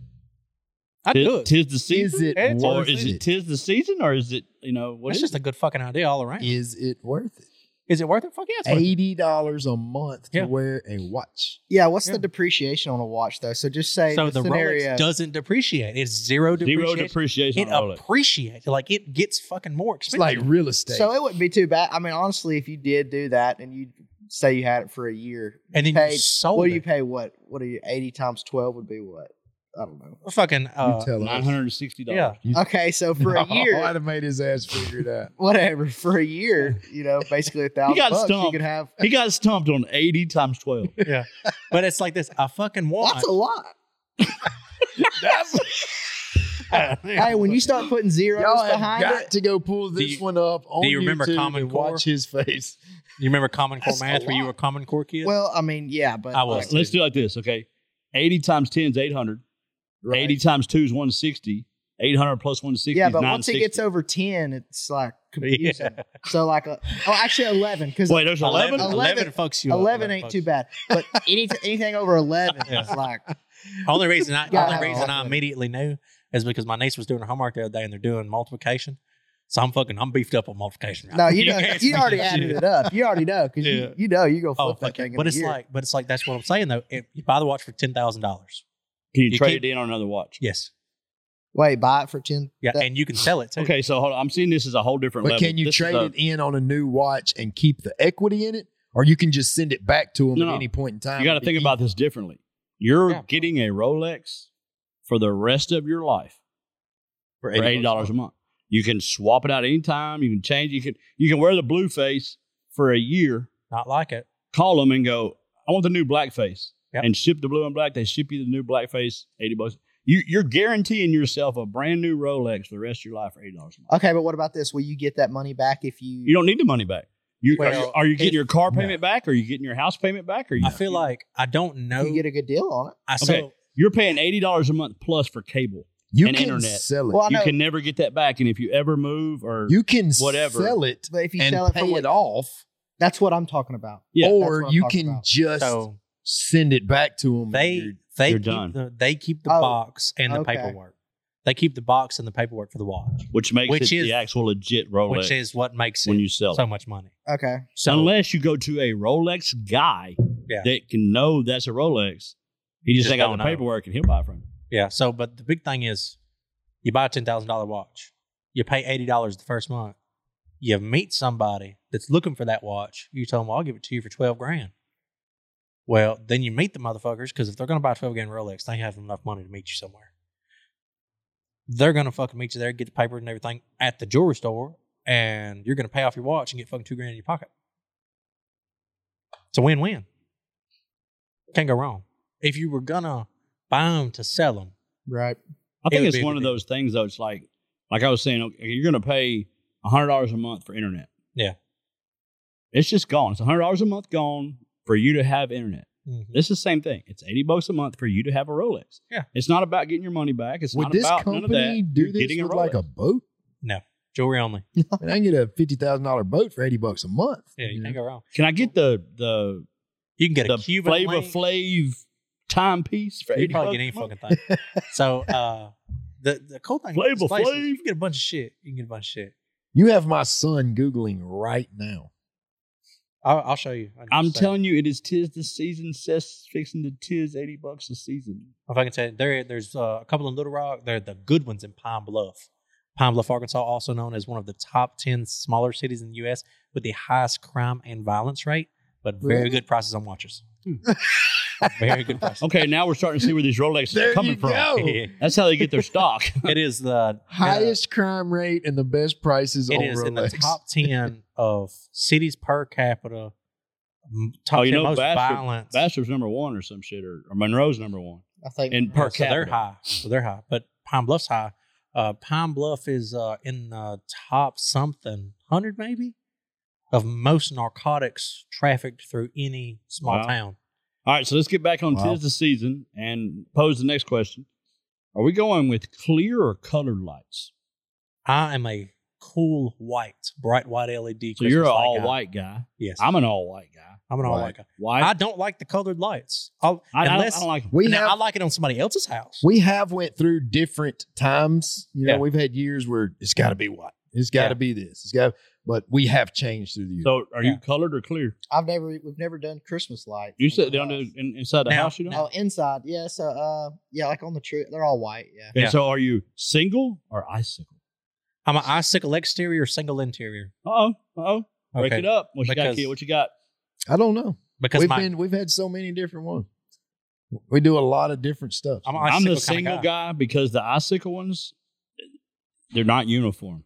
[SPEAKER 2] I
[SPEAKER 1] Tis,
[SPEAKER 2] do it.
[SPEAKER 1] tis the season,
[SPEAKER 3] Is it
[SPEAKER 2] It's
[SPEAKER 1] or
[SPEAKER 3] worth
[SPEAKER 1] is it
[SPEAKER 3] it?
[SPEAKER 1] tis the season, or is it you know what
[SPEAKER 2] That's
[SPEAKER 1] is
[SPEAKER 2] just
[SPEAKER 1] it?
[SPEAKER 2] a good fucking idea all around.
[SPEAKER 3] Is it worth it?
[SPEAKER 2] Is it worth it? Fuck yeah, it's worth it.
[SPEAKER 3] Eighty dollars a month to
[SPEAKER 2] Yeah.
[SPEAKER 3] wear a watch.
[SPEAKER 4] Yeah, what's
[SPEAKER 2] Yeah.
[SPEAKER 4] the depreciation on a watch though? So just say
[SPEAKER 2] So the
[SPEAKER 4] the, scenario.
[SPEAKER 2] Rolex doesn't depreciate. It's zero
[SPEAKER 1] zero
[SPEAKER 2] depreciation.
[SPEAKER 1] depreciation
[SPEAKER 2] It
[SPEAKER 1] on a Rolex?
[SPEAKER 2] appreciates. Like it gets fucking more
[SPEAKER 3] It's
[SPEAKER 2] expensive.
[SPEAKER 3] like real estate.
[SPEAKER 4] so it wouldn't be too bad. I mean, honestly, if you did do that and you say you had it for a year,
[SPEAKER 2] and then you
[SPEAKER 4] paid,
[SPEAKER 2] sold
[SPEAKER 4] what do
[SPEAKER 2] it.
[SPEAKER 4] you pay? What what are you? Eighty times twelve would be what? I don't know.
[SPEAKER 2] Fucking
[SPEAKER 3] you
[SPEAKER 2] uh,
[SPEAKER 3] tell
[SPEAKER 1] Nine
[SPEAKER 3] us.
[SPEAKER 1] hundred and sixty dollars.
[SPEAKER 2] yeah.
[SPEAKER 4] Okay, so for a
[SPEAKER 3] Oh, I'd
[SPEAKER 4] year,
[SPEAKER 3] have made his ass figure it out.
[SPEAKER 4] whatever, for a year, you know, basically a thousand
[SPEAKER 1] got
[SPEAKER 4] bucks, you
[SPEAKER 1] stumped.
[SPEAKER 4] could have.
[SPEAKER 1] He got stumped on eighty times twelve.
[SPEAKER 2] yeah. But it's like this. I fucking want.
[SPEAKER 4] That's a lot.
[SPEAKER 3] That's
[SPEAKER 4] Hey, when you start putting zeros
[SPEAKER 3] Y'all have
[SPEAKER 4] behind
[SPEAKER 3] got
[SPEAKER 4] it,
[SPEAKER 3] to go pull
[SPEAKER 2] Do
[SPEAKER 3] this
[SPEAKER 2] you-
[SPEAKER 3] one up on
[SPEAKER 2] do you remember
[SPEAKER 3] YouTube
[SPEAKER 2] Common
[SPEAKER 3] and
[SPEAKER 2] Core?
[SPEAKER 3] watch his face.
[SPEAKER 2] you remember Common Core
[SPEAKER 3] That's a
[SPEAKER 2] math? Were you
[SPEAKER 3] lot.
[SPEAKER 2] a Common Core kid?
[SPEAKER 4] well, I mean, yeah, but
[SPEAKER 2] I was.
[SPEAKER 4] like,
[SPEAKER 1] Let's do it like this, okay? Eighty times ten is eight hundred.
[SPEAKER 3] Right.
[SPEAKER 1] 80 times 2 is 160. 800 plus 160
[SPEAKER 4] yeah,
[SPEAKER 1] is
[SPEAKER 4] but once it
[SPEAKER 1] 960.
[SPEAKER 4] gets over ten, it's like
[SPEAKER 2] yeah.
[SPEAKER 4] confusing. So like, a, oh, actually eleven because
[SPEAKER 1] Wait, there's 11?
[SPEAKER 2] 11,
[SPEAKER 4] 11
[SPEAKER 2] fucks you up.
[SPEAKER 4] eleven ain't
[SPEAKER 2] fucks
[SPEAKER 4] too
[SPEAKER 2] you
[SPEAKER 4] bad, but any, anything over eleven is
[SPEAKER 2] Yeah.
[SPEAKER 4] like
[SPEAKER 2] Only reason I
[SPEAKER 4] Yeah, I
[SPEAKER 2] only
[SPEAKER 4] know.
[SPEAKER 2] reason I immediately knew is because my niece was doing her homework the other day and they're doing multiplication. So I'm fucking I'm beefed up on multiplication. right
[SPEAKER 4] no,
[SPEAKER 2] now.
[SPEAKER 4] you know,
[SPEAKER 2] can't
[SPEAKER 4] you
[SPEAKER 2] speak
[SPEAKER 4] already
[SPEAKER 2] that
[SPEAKER 4] added
[SPEAKER 2] shit.
[SPEAKER 4] it up. You already know because
[SPEAKER 2] Yeah.
[SPEAKER 4] you, you know you go flip
[SPEAKER 2] Oh,
[SPEAKER 4] that
[SPEAKER 2] fuck
[SPEAKER 4] thing.
[SPEAKER 2] it.
[SPEAKER 4] in
[SPEAKER 2] but
[SPEAKER 4] a
[SPEAKER 2] it's
[SPEAKER 4] year.
[SPEAKER 2] like, but it's like that's what I'm saying though. If you buy the watch for ten thousand dollars,
[SPEAKER 1] Can you,
[SPEAKER 2] you
[SPEAKER 1] trade
[SPEAKER 2] keep-
[SPEAKER 1] it in on another watch?
[SPEAKER 2] yes,
[SPEAKER 4] wait, buy it for ten.
[SPEAKER 2] yeah,
[SPEAKER 4] That-
[SPEAKER 2] and you can sell it too.
[SPEAKER 1] Okay, so hold on. I'm seeing this as a whole different
[SPEAKER 3] But
[SPEAKER 1] level.
[SPEAKER 3] can you
[SPEAKER 1] This is
[SPEAKER 3] trade
[SPEAKER 1] a-
[SPEAKER 3] it in on a new watch and keep the equity in it? Or you can just send it back to them
[SPEAKER 1] No,
[SPEAKER 3] at
[SPEAKER 1] no.
[SPEAKER 3] any point in time.
[SPEAKER 1] You got to think about this differently. You're
[SPEAKER 2] Yeah.
[SPEAKER 1] getting a Rolex for the rest of your life
[SPEAKER 3] for
[SPEAKER 1] for $80
[SPEAKER 3] $80
[SPEAKER 1] a month. You can swap it out anytime. You can change. You can you can wear the blue face for a year,
[SPEAKER 2] Not like it.
[SPEAKER 1] call them and go, I want the new black face.
[SPEAKER 2] Yep.
[SPEAKER 1] and ship the blue and black. They ship you the new blackface, 80 bucks. You, you're guaranteeing yourself a brand new Rolex for the rest of your life for $80 a month.
[SPEAKER 4] Okay, but what about this? Will you get that money back if you?
[SPEAKER 1] You don't need the money back. You, are, you,
[SPEAKER 2] Well,
[SPEAKER 1] are you getting
[SPEAKER 2] if-
[SPEAKER 1] your car payment back? Are you getting your house payment back? Are you?
[SPEAKER 2] I feel like I don't know.
[SPEAKER 4] you get a good deal on it.
[SPEAKER 2] I saw.
[SPEAKER 1] Okay. you're paying eighty dollars a month plus for cable.
[SPEAKER 3] You
[SPEAKER 1] And
[SPEAKER 3] can
[SPEAKER 1] internet.
[SPEAKER 3] sell it.
[SPEAKER 4] Well, I
[SPEAKER 1] You
[SPEAKER 4] know,
[SPEAKER 1] can never get that back, and if you ever move or
[SPEAKER 3] you can
[SPEAKER 1] Whatever.
[SPEAKER 3] sell it
[SPEAKER 4] but if you
[SPEAKER 3] and
[SPEAKER 4] sell it
[SPEAKER 3] pay
[SPEAKER 4] for what,
[SPEAKER 3] it off,
[SPEAKER 4] that's what I'm talking about.
[SPEAKER 1] Yeah,
[SPEAKER 4] that's
[SPEAKER 3] or
[SPEAKER 4] what I'm
[SPEAKER 3] you
[SPEAKER 4] talking
[SPEAKER 3] can
[SPEAKER 4] about.
[SPEAKER 3] just
[SPEAKER 2] So
[SPEAKER 3] send it back to them.
[SPEAKER 2] they they
[SPEAKER 1] you're
[SPEAKER 2] keep
[SPEAKER 1] done.
[SPEAKER 2] the they keep the
[SPEAKER 4] Oh,
[SPEAKER 2] box and the
[SPEAKER 4] okay.
[SPEAKER 2] paperwork. They keep the box and the paperwork for the watch,
[SPEAKER 1] which makes
[SPEAKER 2] Which
[SPEAKER 1] it
[SPEAKER 2] is-
[SPEAKER 1] the actual legit Rolex
[SPEAKER 2] which is what makes
[SPEAKER 1] when
[SPEAKER 2] it
[SPEAKER 1] you sell.
[SPEAKER 2] so
[SPEAKER 1] it.
[SPEAKER 2] much money.
[SPEAKER 4] Okay,
[SPEAKER 2] So
[SPEAKER 1] Unless you go to a Rolex guy
[SPEAKER 2] Yeah.
[SPEAKER 1] that can know that's a Rolex, he just,
[SPEAKER 2] Just
[SPEAKER 1] ain't got
[SPEAKER 2] don't
[SPEAKER 1] the
[SPEAKER 2] know.
[SPEAKER 1] paperwork and he'll buy it from you.
[SPEAKER 2] yeah, so but the big thing is, you buy a ten thousand dollar watch, you pay eighty dollars the first month. You meet somebody that's looking for that watch. You tell them, "I'll give it to you for twelve grand." Well, then you meet the motherfuckers because if they're going to buy a twelve grand Rolex, they have enough money to meet you somewhere. They're going to fucking meet you there, get the papers and everything at the jewelry store, and you're going to pay off your watch and get fucking two grand in your pocket. It's a win-win. Can't go wrong. If you were gonna buy them to sell them,
[SPEAKER 4] right.
[SPEAKER 1] I think
[SPEAKER 2] would
[SPEAKER 1] it's
[SPEAKER 2] be a
[SPEAKER 1] one of
[SPEAKER 2] good
[SPEAKER 1] those things though. It's like, like I was saying, okay, you're going to pay hundred dollars a month for internet.
[SPEAKER 2] Yeah.
[SPEAKER 1] it's just gone. It's hundred dollars a month gone for you to have internet.
[SPEAKER 2] Mhm.
[SPEAKER 1] It's the same thing. It's eighty bucks a month for you to have a Rolex.
[SPEAKER 2] Yeah.
[SPEAKER 1] it's not about getting your money back. It's
[SPEAKER 3] would
[SPEAKER 1] not
[SPEAKER 3] this
[SPEAKER 1] about none of
[SPEAKER 3] company
[SPEAKER 1] that.
[SPEAKER 3] do
[SPEAKER 1] You're
[SPEAKER 3] this
[SPEAKER 1] getting a
[SPEAKER 3] with like
[SPEAKER 1] Rolex.
[SPEAKER 3] a boat?
[SPEAKER 2] jewelry only.
[SPEAKER 3] I, mean, I can get a fifty thousand dollar boat for eighty bucks a month.
[SPEAKER 2] Yeah, you can't go wrong.
[SPEAKER 1] Can I get the the
[SPEAKER 2] You can get
[SPEAKER 1] Mm-hmm. the
[SPEAKER 2] a Cuban
[SPEAKER 1] Flavor
[SPEAKER 2] link.
[SPEAKER 1] Flav timepiece for
[SPEAKER 2] you
[SPEAKER 1] eighty
[SPEAKER 2] can
[SPEAKER 1] bucks?
[SPEAKER 2] probably get any
[SPEAKER 1] a month?
[SPEAKER 2] fucking thing. so uh, the the cool thing about
[SPEAKER 1] Flavor
[SPEAKER 2] this place is
[SPEAKER 1] Flav.
[SPEAKER 2] you can get a bunch of shit. You can get a bunch of shit.
[SPEAKER 3] You have my son googling right now.
[SPEAKER 2] I'll, I'll show you. I can
[SPEAKER 1] I'm
[SPEAKER 2] just say-
[SPEAKER 1] telling you, it is tis the season. Seth's fixing the tis eighty bucks a season.
[SPEAKER 2] If I can tell you, there there's uh, a couple in Little Rock. They're the good ones in Pine Bluff. Pine Bluff, Arkansas, also known as one of the top ten smaller cities in the U.S. with the highest crime and violence rate, but very
[SPEAKER 3] Really?
[SPEAKER 2] good prices on watches.
[SPEAKER 1] Hmm.
[SPEAKER 2] very good prices.
[SPEAKER 1] Okay, now we're starting to see where these Rolexes
[SPEAKER 3] There
[SPEAKER 1] are coming
[SPEAKER 3] you
[SPEAKER 1] from.
[SPEAKER 3] go.
[SPEAKER 1] That's how they get their stock.
[SPEAKER 2] it is uh, the
[SPEAKER 3] Highest crime rate and the best prices
[SPEAKER 2] It
[SPEAKER 3] on
[SPEAKER 2] is
[SPEAKER 3] Rolex.
[SPEAKER 2] in the top ten of cities per capita. m- Top
[SPEAKER 1] Oh, you
[SPEAKER 2] 10
[SPEAKER 1] know,
[SPEAKER 2] most
[SPEAKER 1] Bastrop-
[SPEAKER 2] violence.
[SPEAKER 1] Bachelor's number one or some shit, or, or Monroe's number one.
[SPEAKER 4] I think
[SPEAKER 1] And per-
[SPEAKER 2] Yeah, so they're
[SPEAKER 1] capita.
[SPEAKER 2] high. So they're high, but Pine Bluff's high. Uh, Pine Bluff is uh, in the top something hundred maybe of most narcotics trafficked through any small
[SPEAKER 1] Wow.
[SPEAKER 2] town.
[SPEAKER 1] All right, so let's get back on
[SPEAKER 3] Wow.
[SPEAKER 1] tis the season and pose the next question: Are we going with clear or colored lights?
[SPEAKER 2] I am a cool white, bright white LED.
[SPEAKER 1] So you're an
[SPEAKER 2] Christmas light
[SPEAKER 1] all
[SPEAKER 2] guy.
[SPEAKER 1] white guy.
[SPEAKER 2] Yes, I'm,
[SPEAKER 1] I'm an all white guy.
[SPEAKER 2] an all
[SPEAKER 3] White.
[SPEAKER 2] white guy.
[SPEAKER 1] Why?
[SPEAKER 2] I don't like the colored lights. I'll,
[SPEAKER 1] I, I don't-
[SPEAKER 2] unless
[SPEAKER 1] I don't like 'em.
[SPEAKER 3] we
[SPEAKER 2] now,
[SPEAKER 3] have
[SPEAKER 2] I like it on somebody else's house.
[SPEAKER 3] we have went through different times. You know,
[SPEAKER 1] Yeah.
[SPEAKER 3] we've had years where it's got to be white. It's got
[SPEAKER 2] Yeah.
[SPEAKER 3] to be this. It's got. But we have changed through the years.
[SPEAKER 1] So are
[SPEAKER 2] Yeah.
[SPEAKER 1] you colored or clear?
[SPEAKER 4] I've never we've never done Christmas lights.
[SPEAKER 1] You
[SPEAKER 4] on
[SPEAKER 1] sit
[SPEAKER 4] the
[SPEAKER 1] down
[SPEAKER 4] house.
[SPEAKER 1] to, in, inside the
[SPEAKER 2] Now-
[SPEAKER 1] house, you know.
[SPEAKER 4] Oh, inside, yeah. So, uh, yeah, like on the tree, they're all white. Yeah.
[SPEAKER 1] And
[SPEAKER 2] Yeah.
[SPEAKER 1] so are you single or icicle?
[SPEAKER 2] I'm an icicle exterior, single interior.
[SPEAKER 1] Uh oh, uh oh. Break it up. What you got,
[SPEAKER 2] Because-
[SPEAKER 1] kid? What you got?
[SPEAKER 3] I don't know.
[SPEAKER 2] Because
[SPEAKER 3] We've
[SPEAKER 2] my,
[SPEAKER 3] been we've had so many different ones. We do a lot of different stuff.
[SPEAKER 2] I'm, an
[SPEAKER 1] I'm the
[SPEAKER 2] icicle kinda
[SPEAKER 1] single guy. because the icicle ones, they're not uniform.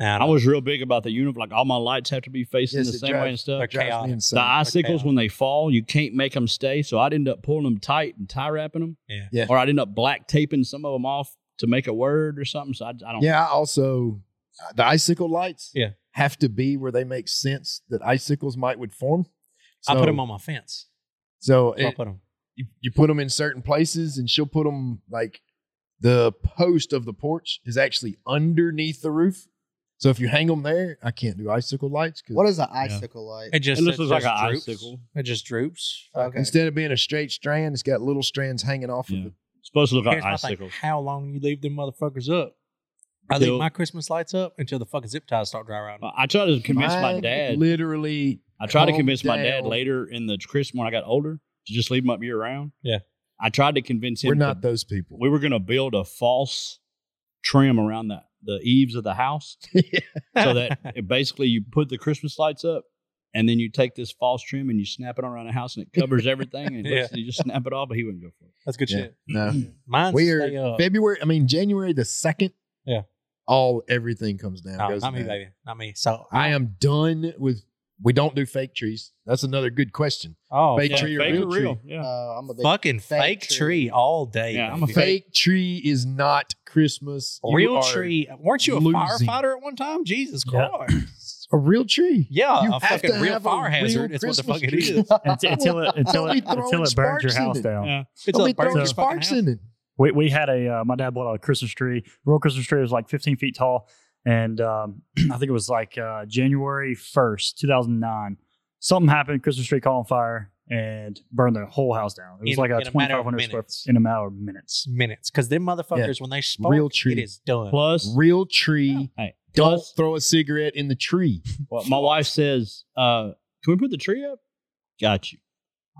[SPEAKER 2] Nah, I
[SPEAKER 1] I
[SPEAKER 2] don't-
[SPEAKER 1] was real big about the uniform. Like all my lights have to be facing
[SPEAKER 3] Yes,
[SPEAKER 1] the
[SPEAKER 3] it
[SPEAKER 1] same way
[SPEAKER 3] drives-
[SPEAKER 1] and stuff.
[SPEAKER 2] they're
[SPEAKER 3] Drives
[SPEAKER 2] chaotic.
[SPEAKER 3] me
[SPEAKER 1] The
[SPEAKER 3] insane.
[SPEAKER 1] icicles,
[SPEAKER 2] okay.
[SPEAKER 1] when they fall, you can't make them stay. So I'd end up pulling them tight and tie wrapping them.
[SPEAKER 2] Yeah.
[SPEAKER 3] Yeah.
[SPEAKER 1] Or I'd end up black taping some of them off to make a word or something. So I, I don't.
[SPEAKER 3] Yeah, I also the icicle lights.
[SPEAKER 2] Yeah.
[SPEAKER 3] have to be where they make sense that icicles might would form.
[SPEAKER 2] I put
[SPEAKER 3] So-
[SPEAKER 2] them on my fence.
[SPEAKER 3] So
[SPEAKER 2] That's where I
[SPEAKER 3] it,
[SPEAKER 2] put them.
[SPEAKER 3] you, you put them in certain places, and she'll put them like the post of the porch is actually underneath the roof. So if you hang them there, I can't do icicle lights
[SPEAKER 4] What
[SPEAKER 3] because
[SPEAKER 4] is an icicle light?
[SPEAKER 2] It just
[SPEAKER 1] It looks
[SPEAKER 2] it
[SPEAKER 1] like
[SPEAKER 2] just
[SPEAKER 1] an
[SPEAKER 2] droops.
[SPEAKER 1] icicle.
[SPEAKER 2] It just droops.
[SPEAKER 4] Okay.
[SPEAKER 3] instead of being a straight strand, it's got little strands hanging off
[SPEAKER 1] Yeah.
[SPEAKER 3] of it.
[SPEAKER 1] It's supposed to look like
[SPEAKER 2] Here's my thing:
[SPEAKER 1] icicles.
[SPEAKER 2] how long you leave them motherfuckers up? I
[SPEAKER 1] Till-
[SPEAKER 2] leave my Christmas lights up until the fucking zip ties start dry rotting.
[SPEAKER 1] I tried to convince my
[SPEAKER 3] Mine
[SPEAKER 1] dad.
[SPEAKER 3] Literally,
[SPEAKER 1] I tried to
[SPEAKER 3] calm
[SPEAKER 1] convince my dad
[SPEAKER 3] down.
[SPEAKER 1] later in the Christmas when I got older to just leave them up year round.
[SPEAKER 2] Yeah.
[SPEAKER 1] I tried to convince him.
[SPEAKER 3] we're
[SPEAKER 1] to-
[SPEAKER 3] not those people.
[SPEAKER 1] uh, we were going to build a false trim around the, the eaves of the house so that it basically you put the Christmas lights up and then you take this false trim and you snap it around the house and it covers everything and it looks- you just snap it off, but he wouldn't go for it.
[SPEAKER 2] that's good
[SPEAKER 3] Yeah.
[SPEAKER 2] shit.
[SPEAKER 3] no,
[SPEAKER 2] Mine
[SPEAKER 3] we
[SPEAKER 2] stay
[SPEAKER 3] are
[SPEAKER 2] up.
[SPEAKER 3] February. I mean January the second.
[SPEAKER 2] Yeah.
[SPEAKER 3] all everything comes down.
[SPEAKER 2] No,
[SPEAKER 3] goes
[SPEAKER 2] not me,
[SPEAKER 3] down.
[SPEAKER 2] baby, not me. So
[SPEAKER 3] I am done with We don't do fake trees. That's another good question.
[SPEAKER 2] Oh,
[SPEAKER 3] Fake
[SPEAKER 2] fuck.
[SPEAKER 3] tree or
[SPEAKER 1] fake
[SPEAKER 3] real tree?
[SPEAKER 1] Yeah.
[SPEAKER 4] Uh, I'm a big
[SPEAKER 2] fucking fake,
[SPEAKER 4] Fake
[SPEAKER 2] tree.
[SPEAKER 4] tree.
[SPEAKER 2] all day.
[SPEAKER 1] Yeah, I'm
[SPEAKER 2] baby.
[SPEAKER 1] a
[SPEAKER 3] Fake tree is not Christmas. You
[SPEAKER 2] real
[SPEAKER 3] are-
[SPEAKER 2] tree. Weren't you a
[SPEAKER 3] losing.
[SPEAKER 2] firefighter at one time? Jesus
[SPEAKER 1] Yeah.
[SPEAKER 2] Christ.
[SPEAKER 3] A real tree.
[SPEAKER 2] Yeah,
[SPEAKER 3] You
[SPEAKER 2] a
[SPEAKER 3] have
[SPEAKER 2] fucking
[SPEAKER 3] to
[SPEAKER 2] real
[SPEAKER 3] have a
[SPEAKER 2] fire
[SPEAKER 3] real
[SPEAKER 2] hazard. It's what the
[SPEAKER 3] Christmas
[SPEAKER 2] fuck it
[SPEAKER 3] tree.
[SPEAKER 2] is.
[SPEAKER 5] Until, until it until
[SPEAKER 3] Don't be
[SPEAKER 5] it, until
[SPEAKER 3] throwing
[SPEAKER 5] it burns your
[SPEAKER 3] sparks
[SPEAKER 5] house
[SPEAKER 3] in it.
[SPEAKER 5] down.
[SPEAKER 1] Yeah.
[SPEAKER 2] It's
[SPEAKER 3] Don't
[SPEAKER 2] a
[SPEAKER 3] be
[SPEAKER 2] burn
[SPEAKER 3] throwing
[SPEAKER 2] your fucking
[SPEAKER 3] sparks
[SPEAKER 2] house.
[SPEAKER 3] in it.
[SPEAKER 5] We we had a uh, my dad bought a Christmas tree. Real Christmas tree was like 15 feet tall, and um, I think it was like uh, January 1st, 2009. Something happened. Christmas tree caught on fire and burned the whole house down. It was
[SPEAKER 2] In-
[SPEAKER 5] like a
[SPEAKER 2] in a matter of
[SPEAKER 5] 2,500 square
[SPEAKER 2] minutes.
[SPEAKER 5] in a matter of minutes.
[SPEAKER 2] Minutes, because them motherfuckers when they spark,
[SPEAKER 3] Real tree.
[SPEAKER 2] it is done.
[SPEAKER 1] Plus,
[SPEAKER 3] Real tree.
[SPEAKER 1] Hey,
[SPEAKER 3] Don't
[SPEAKER 1] plus-
[SPEAKER 3] throw a cigarette in the tree.
[SPEAKER 1] Well, my wife says, uh, "Can we put the tree up?" Got you.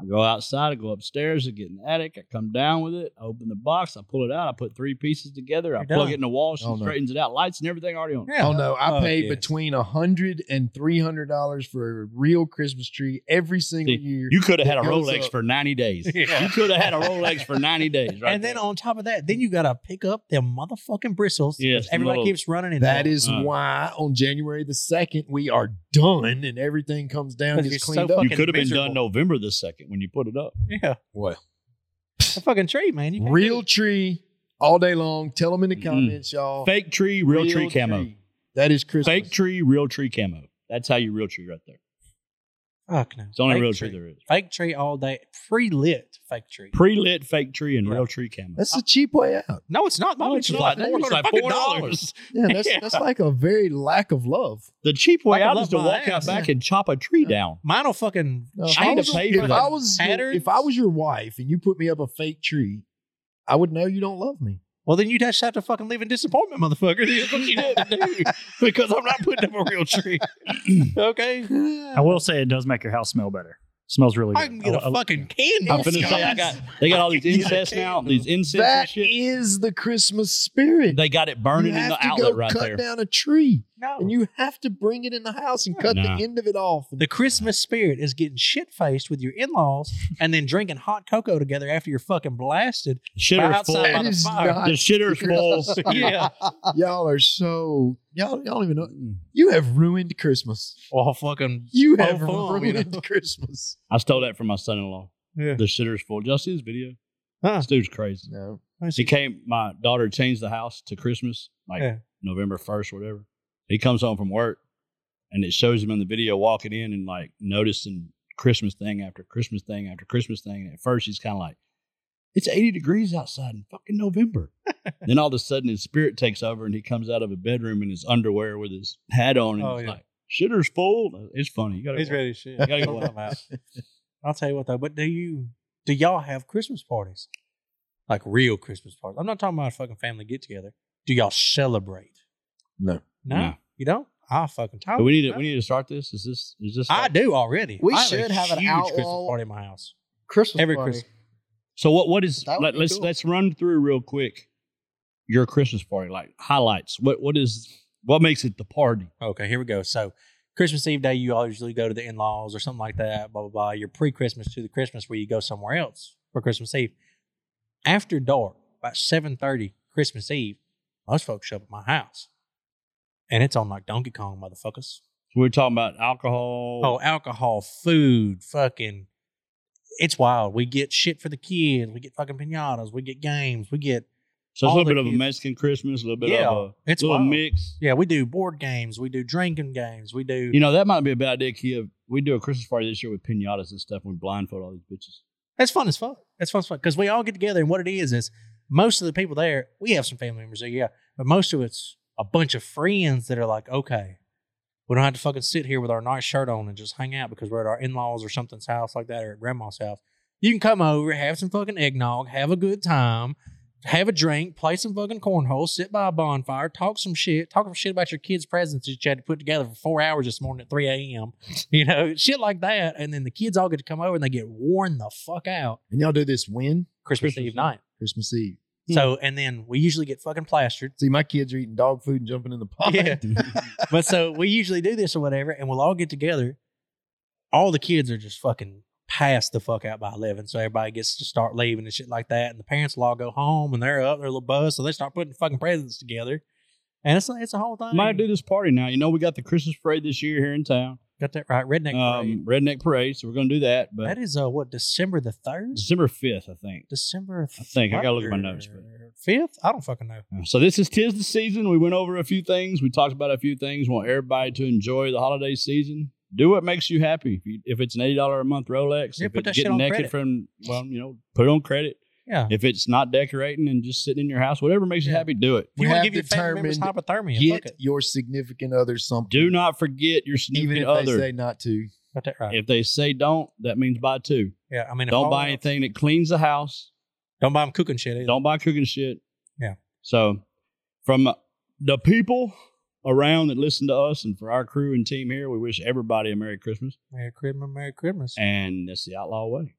[SPEAKER 1] I go outside. I go upstairs. I get in the attic. I come down with it. I open the box. I pull it out. I put three pieces together. I
[SPEAKER 2] You're
[SPEAKER 1] plug
[SPEAKER 2] done.
[SPEAKER 1] it in the wall. She
[SPEAKER 3] Oh, no.
[SPEAKER 1] straightens it out. Lights and everything already on.
[SPEAKER 2] Yeah.
[SPEAKER 3] oh no, I
[SPEAKER 2] Fuck
[SPEAKER 3] paid
[SPEAKER 2] yes.
[SPEAKER 3] between a hundred and three hundred dollars for a real Christmas tree every single
[SPEAKER 1] See,
[SPEAKER 3] year.
[SPEAKER 1] You could have had a
[SPEAKER 3] It goes
[SPEAKER 1] Rolex
[SPEAKER 3] up.
[SPEAKER 1] for ninety days.
[SPEAKER 2] Yeah.
[SPEAKER 1] You could have had a Rolex for ninety days. Right
[SPEAKER 2] and then
[SPEAKER 1] there.
[SPEAKER 2] on top of that, then you gotta pick up them motherfucking bristles. 'cause
[SPEAKER 1] Yes, the
[SPEAKER 2] everybody
[SPEAKER 1] little-
[SPEAKER 2] keeps running into
[SPEAKER 3] that
[SPEAKER 2] them.
[SPEAKER 3] is
[SPEAKER 1] Uh.
[SPEAKER 3] why on January the second we are done and everything comes down
[SPEAKER 2] Because
[SPEAKER 3] and gets
[SPEAKER 2] you're so
[SPEAKER 3] cleaned up.
[SPEAKER 1] you
[SPEAKER 2] fucking
[SPEAKER 1] could have been
[SPEAKER 2] miserable.
[SPEAKER 1] done November the second when you put it up.
[SPEAKER 2] yeah,
[SPEAKER 3] Well,
[SPEAKER 2] a fucking tree, man. You can't
[SPEAKER 3] real
[SPEAKER 2] do
[SPEAKER 3] tree all day long. Tell them in the
[SPEAKER 1] Mm-mm.
[SPEAKER 3] comments, y'all.
[SPEAKER 1] Fake tree, real, tree camo.
[SPEAKER 3] That is Christmas.
[SPEAKER 1] Fake tree, real tree camo. That's how you real tree right there.
[SPEAKER 2] it. fuck no.
[SPEAKER 1] It's the only
[SPEAKER 2] Fake
[SPEAKER 1] real tree, there is.
[SPEAKER 2] Fake tree all day, pre lit fake tree.
[SPEAKER 1] Pre lit fake tree and
[SPEAKER 2] Yeah.
[SPEAKER 1] real tree camo.
[SPEAKER 3] That's a cheap way out.
[SPEAKER 2] No, it's not. My
[SPEAKER 1] No, it's
[SPEAKER 2] bitch
[SPEAKER 1] not.
[SPEAKER 2] is like
[SPEAKER 1] That
[SPEAKER 2] four
[SPEAKER 1] one's
[SPEAKER 2] hundred
[SPEAKER 1] like
[SPEAKER 2] fucking
[SPEAKER 1] $4.
[SPEAKER 2] dollars.
[SPEAKER 3] Yeah, that's that's like a very lack of love.
[SPEAKER 1] The cheap way
[SPEAKER 2] Like a
[SPEAKER 1] out is to
[SPEAKER 2] lump of
[SPEAKER 1] walk out
[SPEAKER 2] ass.
[SPEAKER 1] back and chop a tree down.
[SPEAKER 2] Mine'll fucking.
[SPEAKER 3] No,
[SPEAKER 1] I
[SPEAKER 2] change.
[SPEAKER 1] had to
[SPEAKER 3] was-
[SPEAKER 1] pay
[SPEAKER 3] if
[SPEAKER 1] for that.
[SPEAKER 3] I was your,
[SPEAKER 2] Patterns.
[SPEAKER 3] if I was your wife and you put me up a fake tree, I would know you don't love me.
[SPEAKER 2] Well, then you'd just have to fucking live in disappointment, motherfucker. That's what you have to do because I'm not putting up a real tree. okay,
[SPEAKER 5] I will say it does make your house smell better. smells really good.
[SPEAKER 2] I can get
[SPEAKER 5] I-
[SPEAKER 2] a
[SPEAKER 5] I-
[SPEAKER 2] fucking candle.
[SPEAKER 1] I'm finna say I got they got all these incest now, these incest and
[SPEAKER 3] That
[SPEAKER 1] shit.
[SPEAKER 3] is the Christmas spirit.
[SPEAKER 1] They got it burning
[SPEAKER 3] you
[SPEAKER 1] in
[SPEAKER 3] have
[SPEAKER 1] the
[SPEAKER 3] to
[SPEAKER 1] outlet
[SPEAKER 3] go
[SPEAKER 1] right
[SPEAKER 3] cut
[SPEAKER 1] there. Oh.
[SPEAKER 3] down a tree,
[SPEAKER 2] no.
[SPEAKER 3] and you have to bring it in the house and cut
[SPEAKER 1] Nah.
[SPEAKER 3] the end of it off.
[SPEAKER 2] The Christmas spirit is getting shit faced with your in laws and then drinking hot cocoa together after you're fucking blasted.
[SPEAKER 1] Shitter's full.
[SPEAKER 2] outside by
[SPEAKER 3] That
[SPEAKER 2] the
[SPEAKER 1] The
[SPEAKER 3] is
[SPEAKER 2] fire.
[SPEAKER 3] not-
[SPEAKER 1] shitter's full.
[SPEAKER 2] Yeah.
[SPEAKER 1] Ah.
[SPEAKER 3] y'all are so y'all y'all don't even know.
[SPEAKER 1] Mm.
[SPEAKER 3] You have ruined Christmas.
[SPEAKER 2] Well, fucking.
[SPEAKER 3] You
[SPEAKER 2] Oh,
[SPEAKER 3] have
[SPEAKER 2] fuck, you know.
[SPEAKER 3] ruined Christmas.
[SPEAKER 1] I stole that from my son-in-law.
[SPEAKER 2] Yeah.
[SPEAKER 1] The shitter's full. Did y'all see this video?
[SPEAKER 2] Huh.
[SPEAKER 1] This dude's crazy.
[SPEAKER 3] No,
[SPEAKER 1] He came. My daughter changed the house to Christmas, like
[SPEAKER 2] Yeah.
[SPEAKER 1] November first, whatever. He comes home from work, and it shows him in the video walking in and like noticing Christmas thing after Christmas thing after Christmas thing. And at first, he's kind of like, "It's eighty degrees outside in fucking November." then all of a sudden, his spirit takes over, and he comes out of a bedroom in his underwear with his hat on, and
[SPEAKER 2] Oh,
[SPEAKER 1] he's
[SPEAKER 2] yeah.
[SPEAKER 1] like, "Shitter's full." It's funny. You gotta.
[SPEAKER 2] He's
[SPEAKER 1] He's
[SPEAKER 2] ready as shit.
[SPEAKER 1] You gotta go
[SPEAKER 2] That's what I'm about. I'll tell you what though, but do you do y'all have Christmas parties? Like real Christmas parties. I'm not talking about a fucking family get together. Do y'all celebrate?
[SPEAKER 3] no.
[SPEAKER 2] No.
[SPEAKER 1] No.
[SPEAKER 2] You don't? I fucking talk.
[SPEAKER 1] But we need to. We need to start this. Is this? Is this?
[SPEAKER 2] Oh, I
[SPEAKER 1] like-
[SPEAKER 2] do already.
[SPEAKER 4] We
[SPEAKER 2] I
[SPEAKER 4] should have an
[SPEAKER 2] huge Christmas
[SPEAKER 4] outlaw-
[SPEAKER 2] party in my house.
[SPEAKER 4] Christmas
[SPEAKER 2] Every
[SPEAKER 4] party.
[SPEAKER 2] Christmas.
[SPEAKER 1] So what what is
[SPEAKER 4] That would
[SPEAKER 1] let,
[SPEAKER 4] be
[SPEAKER 1] let's
[SPEAKER 4] cool.
[SPEAKER 1] let's run through real quick your Christmas party like highlights. What what is what makes it the party?
[SPEAKER 2] Okay, here we go. So Christmas Eve day, you all usually go to the in-laws or something like that. Blah blah blah. You're pre-Christmas to the Christmas where you go somewhere else for Christmas Eve. After dark, about seven thirty Christmas Eve, most folks show up at my house, and it's on like Donkey Kong, motherfuckers.
[SPEAKER 1] So we're talking about alcohol.
[SPEAKER 2] Oh, alcohol, food, fucking. It's wild. We get shit for the kids. We get fucking pinatas. We get games. We get
[SPEAKER 1] so it's a
[SPEAKER 2] all
[SPEAKER 1] little
[SPEAKER 2] the
[SPEAKER 1] bit of a
[SPEAKER 2] kids.
[SPEAKER 1] Mexican Christmas, a little bit
[SPEAKER 2] Yeah,
[SPEAKER 1] of a
[SPEAKER 2] it's
[SPEAKER 1] little
[SPEAKER 2] wild.
[SPEAKER 1] mix.
[SPEAKER 2] yeah. We do board games. We do drinking games. We do
[SPEAKER 1] You know that might be a bad idea, Kia. We do a Christmas party this year with pinatas and stuff. and We blindfold all these bitches.
[SPEAKER 2] That's fun as fuck. That's fun as fuck because we all get together, and what it is is most of the people there. We have some family members there, yeah, but most of it's a bunch of friends that are like, okay, we don't have to fucking sit here with our nice shirt on and just hang out because we're at our in laws or something's house like that or at grandma's house. You can come over, have some fucking eggnog, have a good time, have a drink, play some fucking cornhole, sit by a bonfire, talk some shit, talk some shit about your kids' presents that you had to put together for four hours this morning at 3 a.m. You know, shit like that. And then the kids all get to come over and they get worn the fuck out
[SPEAKER 3] And y'all do this when
[SPEAKER 2] Christmas,
[SPEAKER 1] Christmas
[SPEAKER 2] Eve
[SPEAKER 1] Eve. Hmm.
[SPEAKER 2] night.
[SPEAKER 3] Christmas Eve.
[SPEAKER 2] So, and then we usually get fucking plastered.
[SPEAKER 3] See, my kids are eating dog food and jumping in the pond.
[SPEAKER 2] Yeah. but so we usually do this or whatever, and we'll all get together. All the kids are just fucking passed the fuck out by 11. So everybody gets to start leaving and shit like that. And the parents will all go home and they're up, their little buzz. So they start putting fucking presents together. And it's, it's a whole thing.
[SPEAKER 1] Might do this party now. You know we got the Christmas parade this year here in town.
[SPEAKER 2] Got that right. Redneck Parade.
[SPEAKER 1] Um, Redneck Parade. So we're going to do that. But
[SPEAKER 2] That is uh what December the third.
[SPEAKER 1] December 5th, I think.
[SPEAKER 2] December.
[SPEAKER 1] I think. I gotta look at my notes, but-
[SPEAKER 2] Fifth? I don't fucking know.
[SPEAKER 1] So this is tis the season. We went over a few things. We talked about a few things. Want everybody to enjoy the holiday season. Do what makes you happy. If, you, if it's an eighty dollar a month Rolex,
[SPEAKER 2] Yeah,
[SPEAKER 1] if
[SPEAKER 2] put that
[SPEAKER 1] it's
[SPEAKER 2] shit
[SPEAKER 1] getting
[SPEAKER 2] on
[SPEAKER 1] naked
[SPEAKER 2] credit.
[SPEAKER 1] from well, you know, put it on credit.
[SPEAKER 2] Yeah.
[SPEAKER 1] If it's not decorating and just sitting in your house, whatever makes you
[SPEAKER 2] Yeah.
[SPEAKER 1] happy, do it.
[SPEAKER 2] If you
[SPEAKER 3] You
[SPEAKER 2] want
[SPEAKER 3] have
[SPEAKER 2] to give your family members
[SPEAKER 3] determined-
[SPEAKER 2] hypothermia, fuck
[SPEAKER 3] Get
[SPEAKER 2] it.
[SPEAKER 3] your significant other something.
[SPEAKER 1] Do not forget your
[SPEAKER 3] even
[SPEAKER 1] significant
[SPEAKER 3] if
[SPEAKER 1] other.
[SPEAKER 3] they say not to.
[SPEAKER 2] Got that right.
[SPEAKER 1] if they say don't, that means buy two.
[SPEAKER 2] yeah. I mean, if
[SPEAKER 1] Don't
[SPEAKER 2] all
[SPEAKER 1] buy
[SPEAKER 2] else-
[SPEAKER 1] anything that cleans the house.
[SPEAKER 2] Don't buy them cooking shit. Either.
[SPEAKER 1] Don't buy cooking shit.
[SPEAKER 2] Yeah.
[SPEAKER 1] So, from the people around that listen to us and for our crew and team here, we wish everybody a Merry Christmas.
[SPEAKER 2] Merry Christmas. Merry Christmas.
[SPEAKER 1] And that's the Outlaw Way.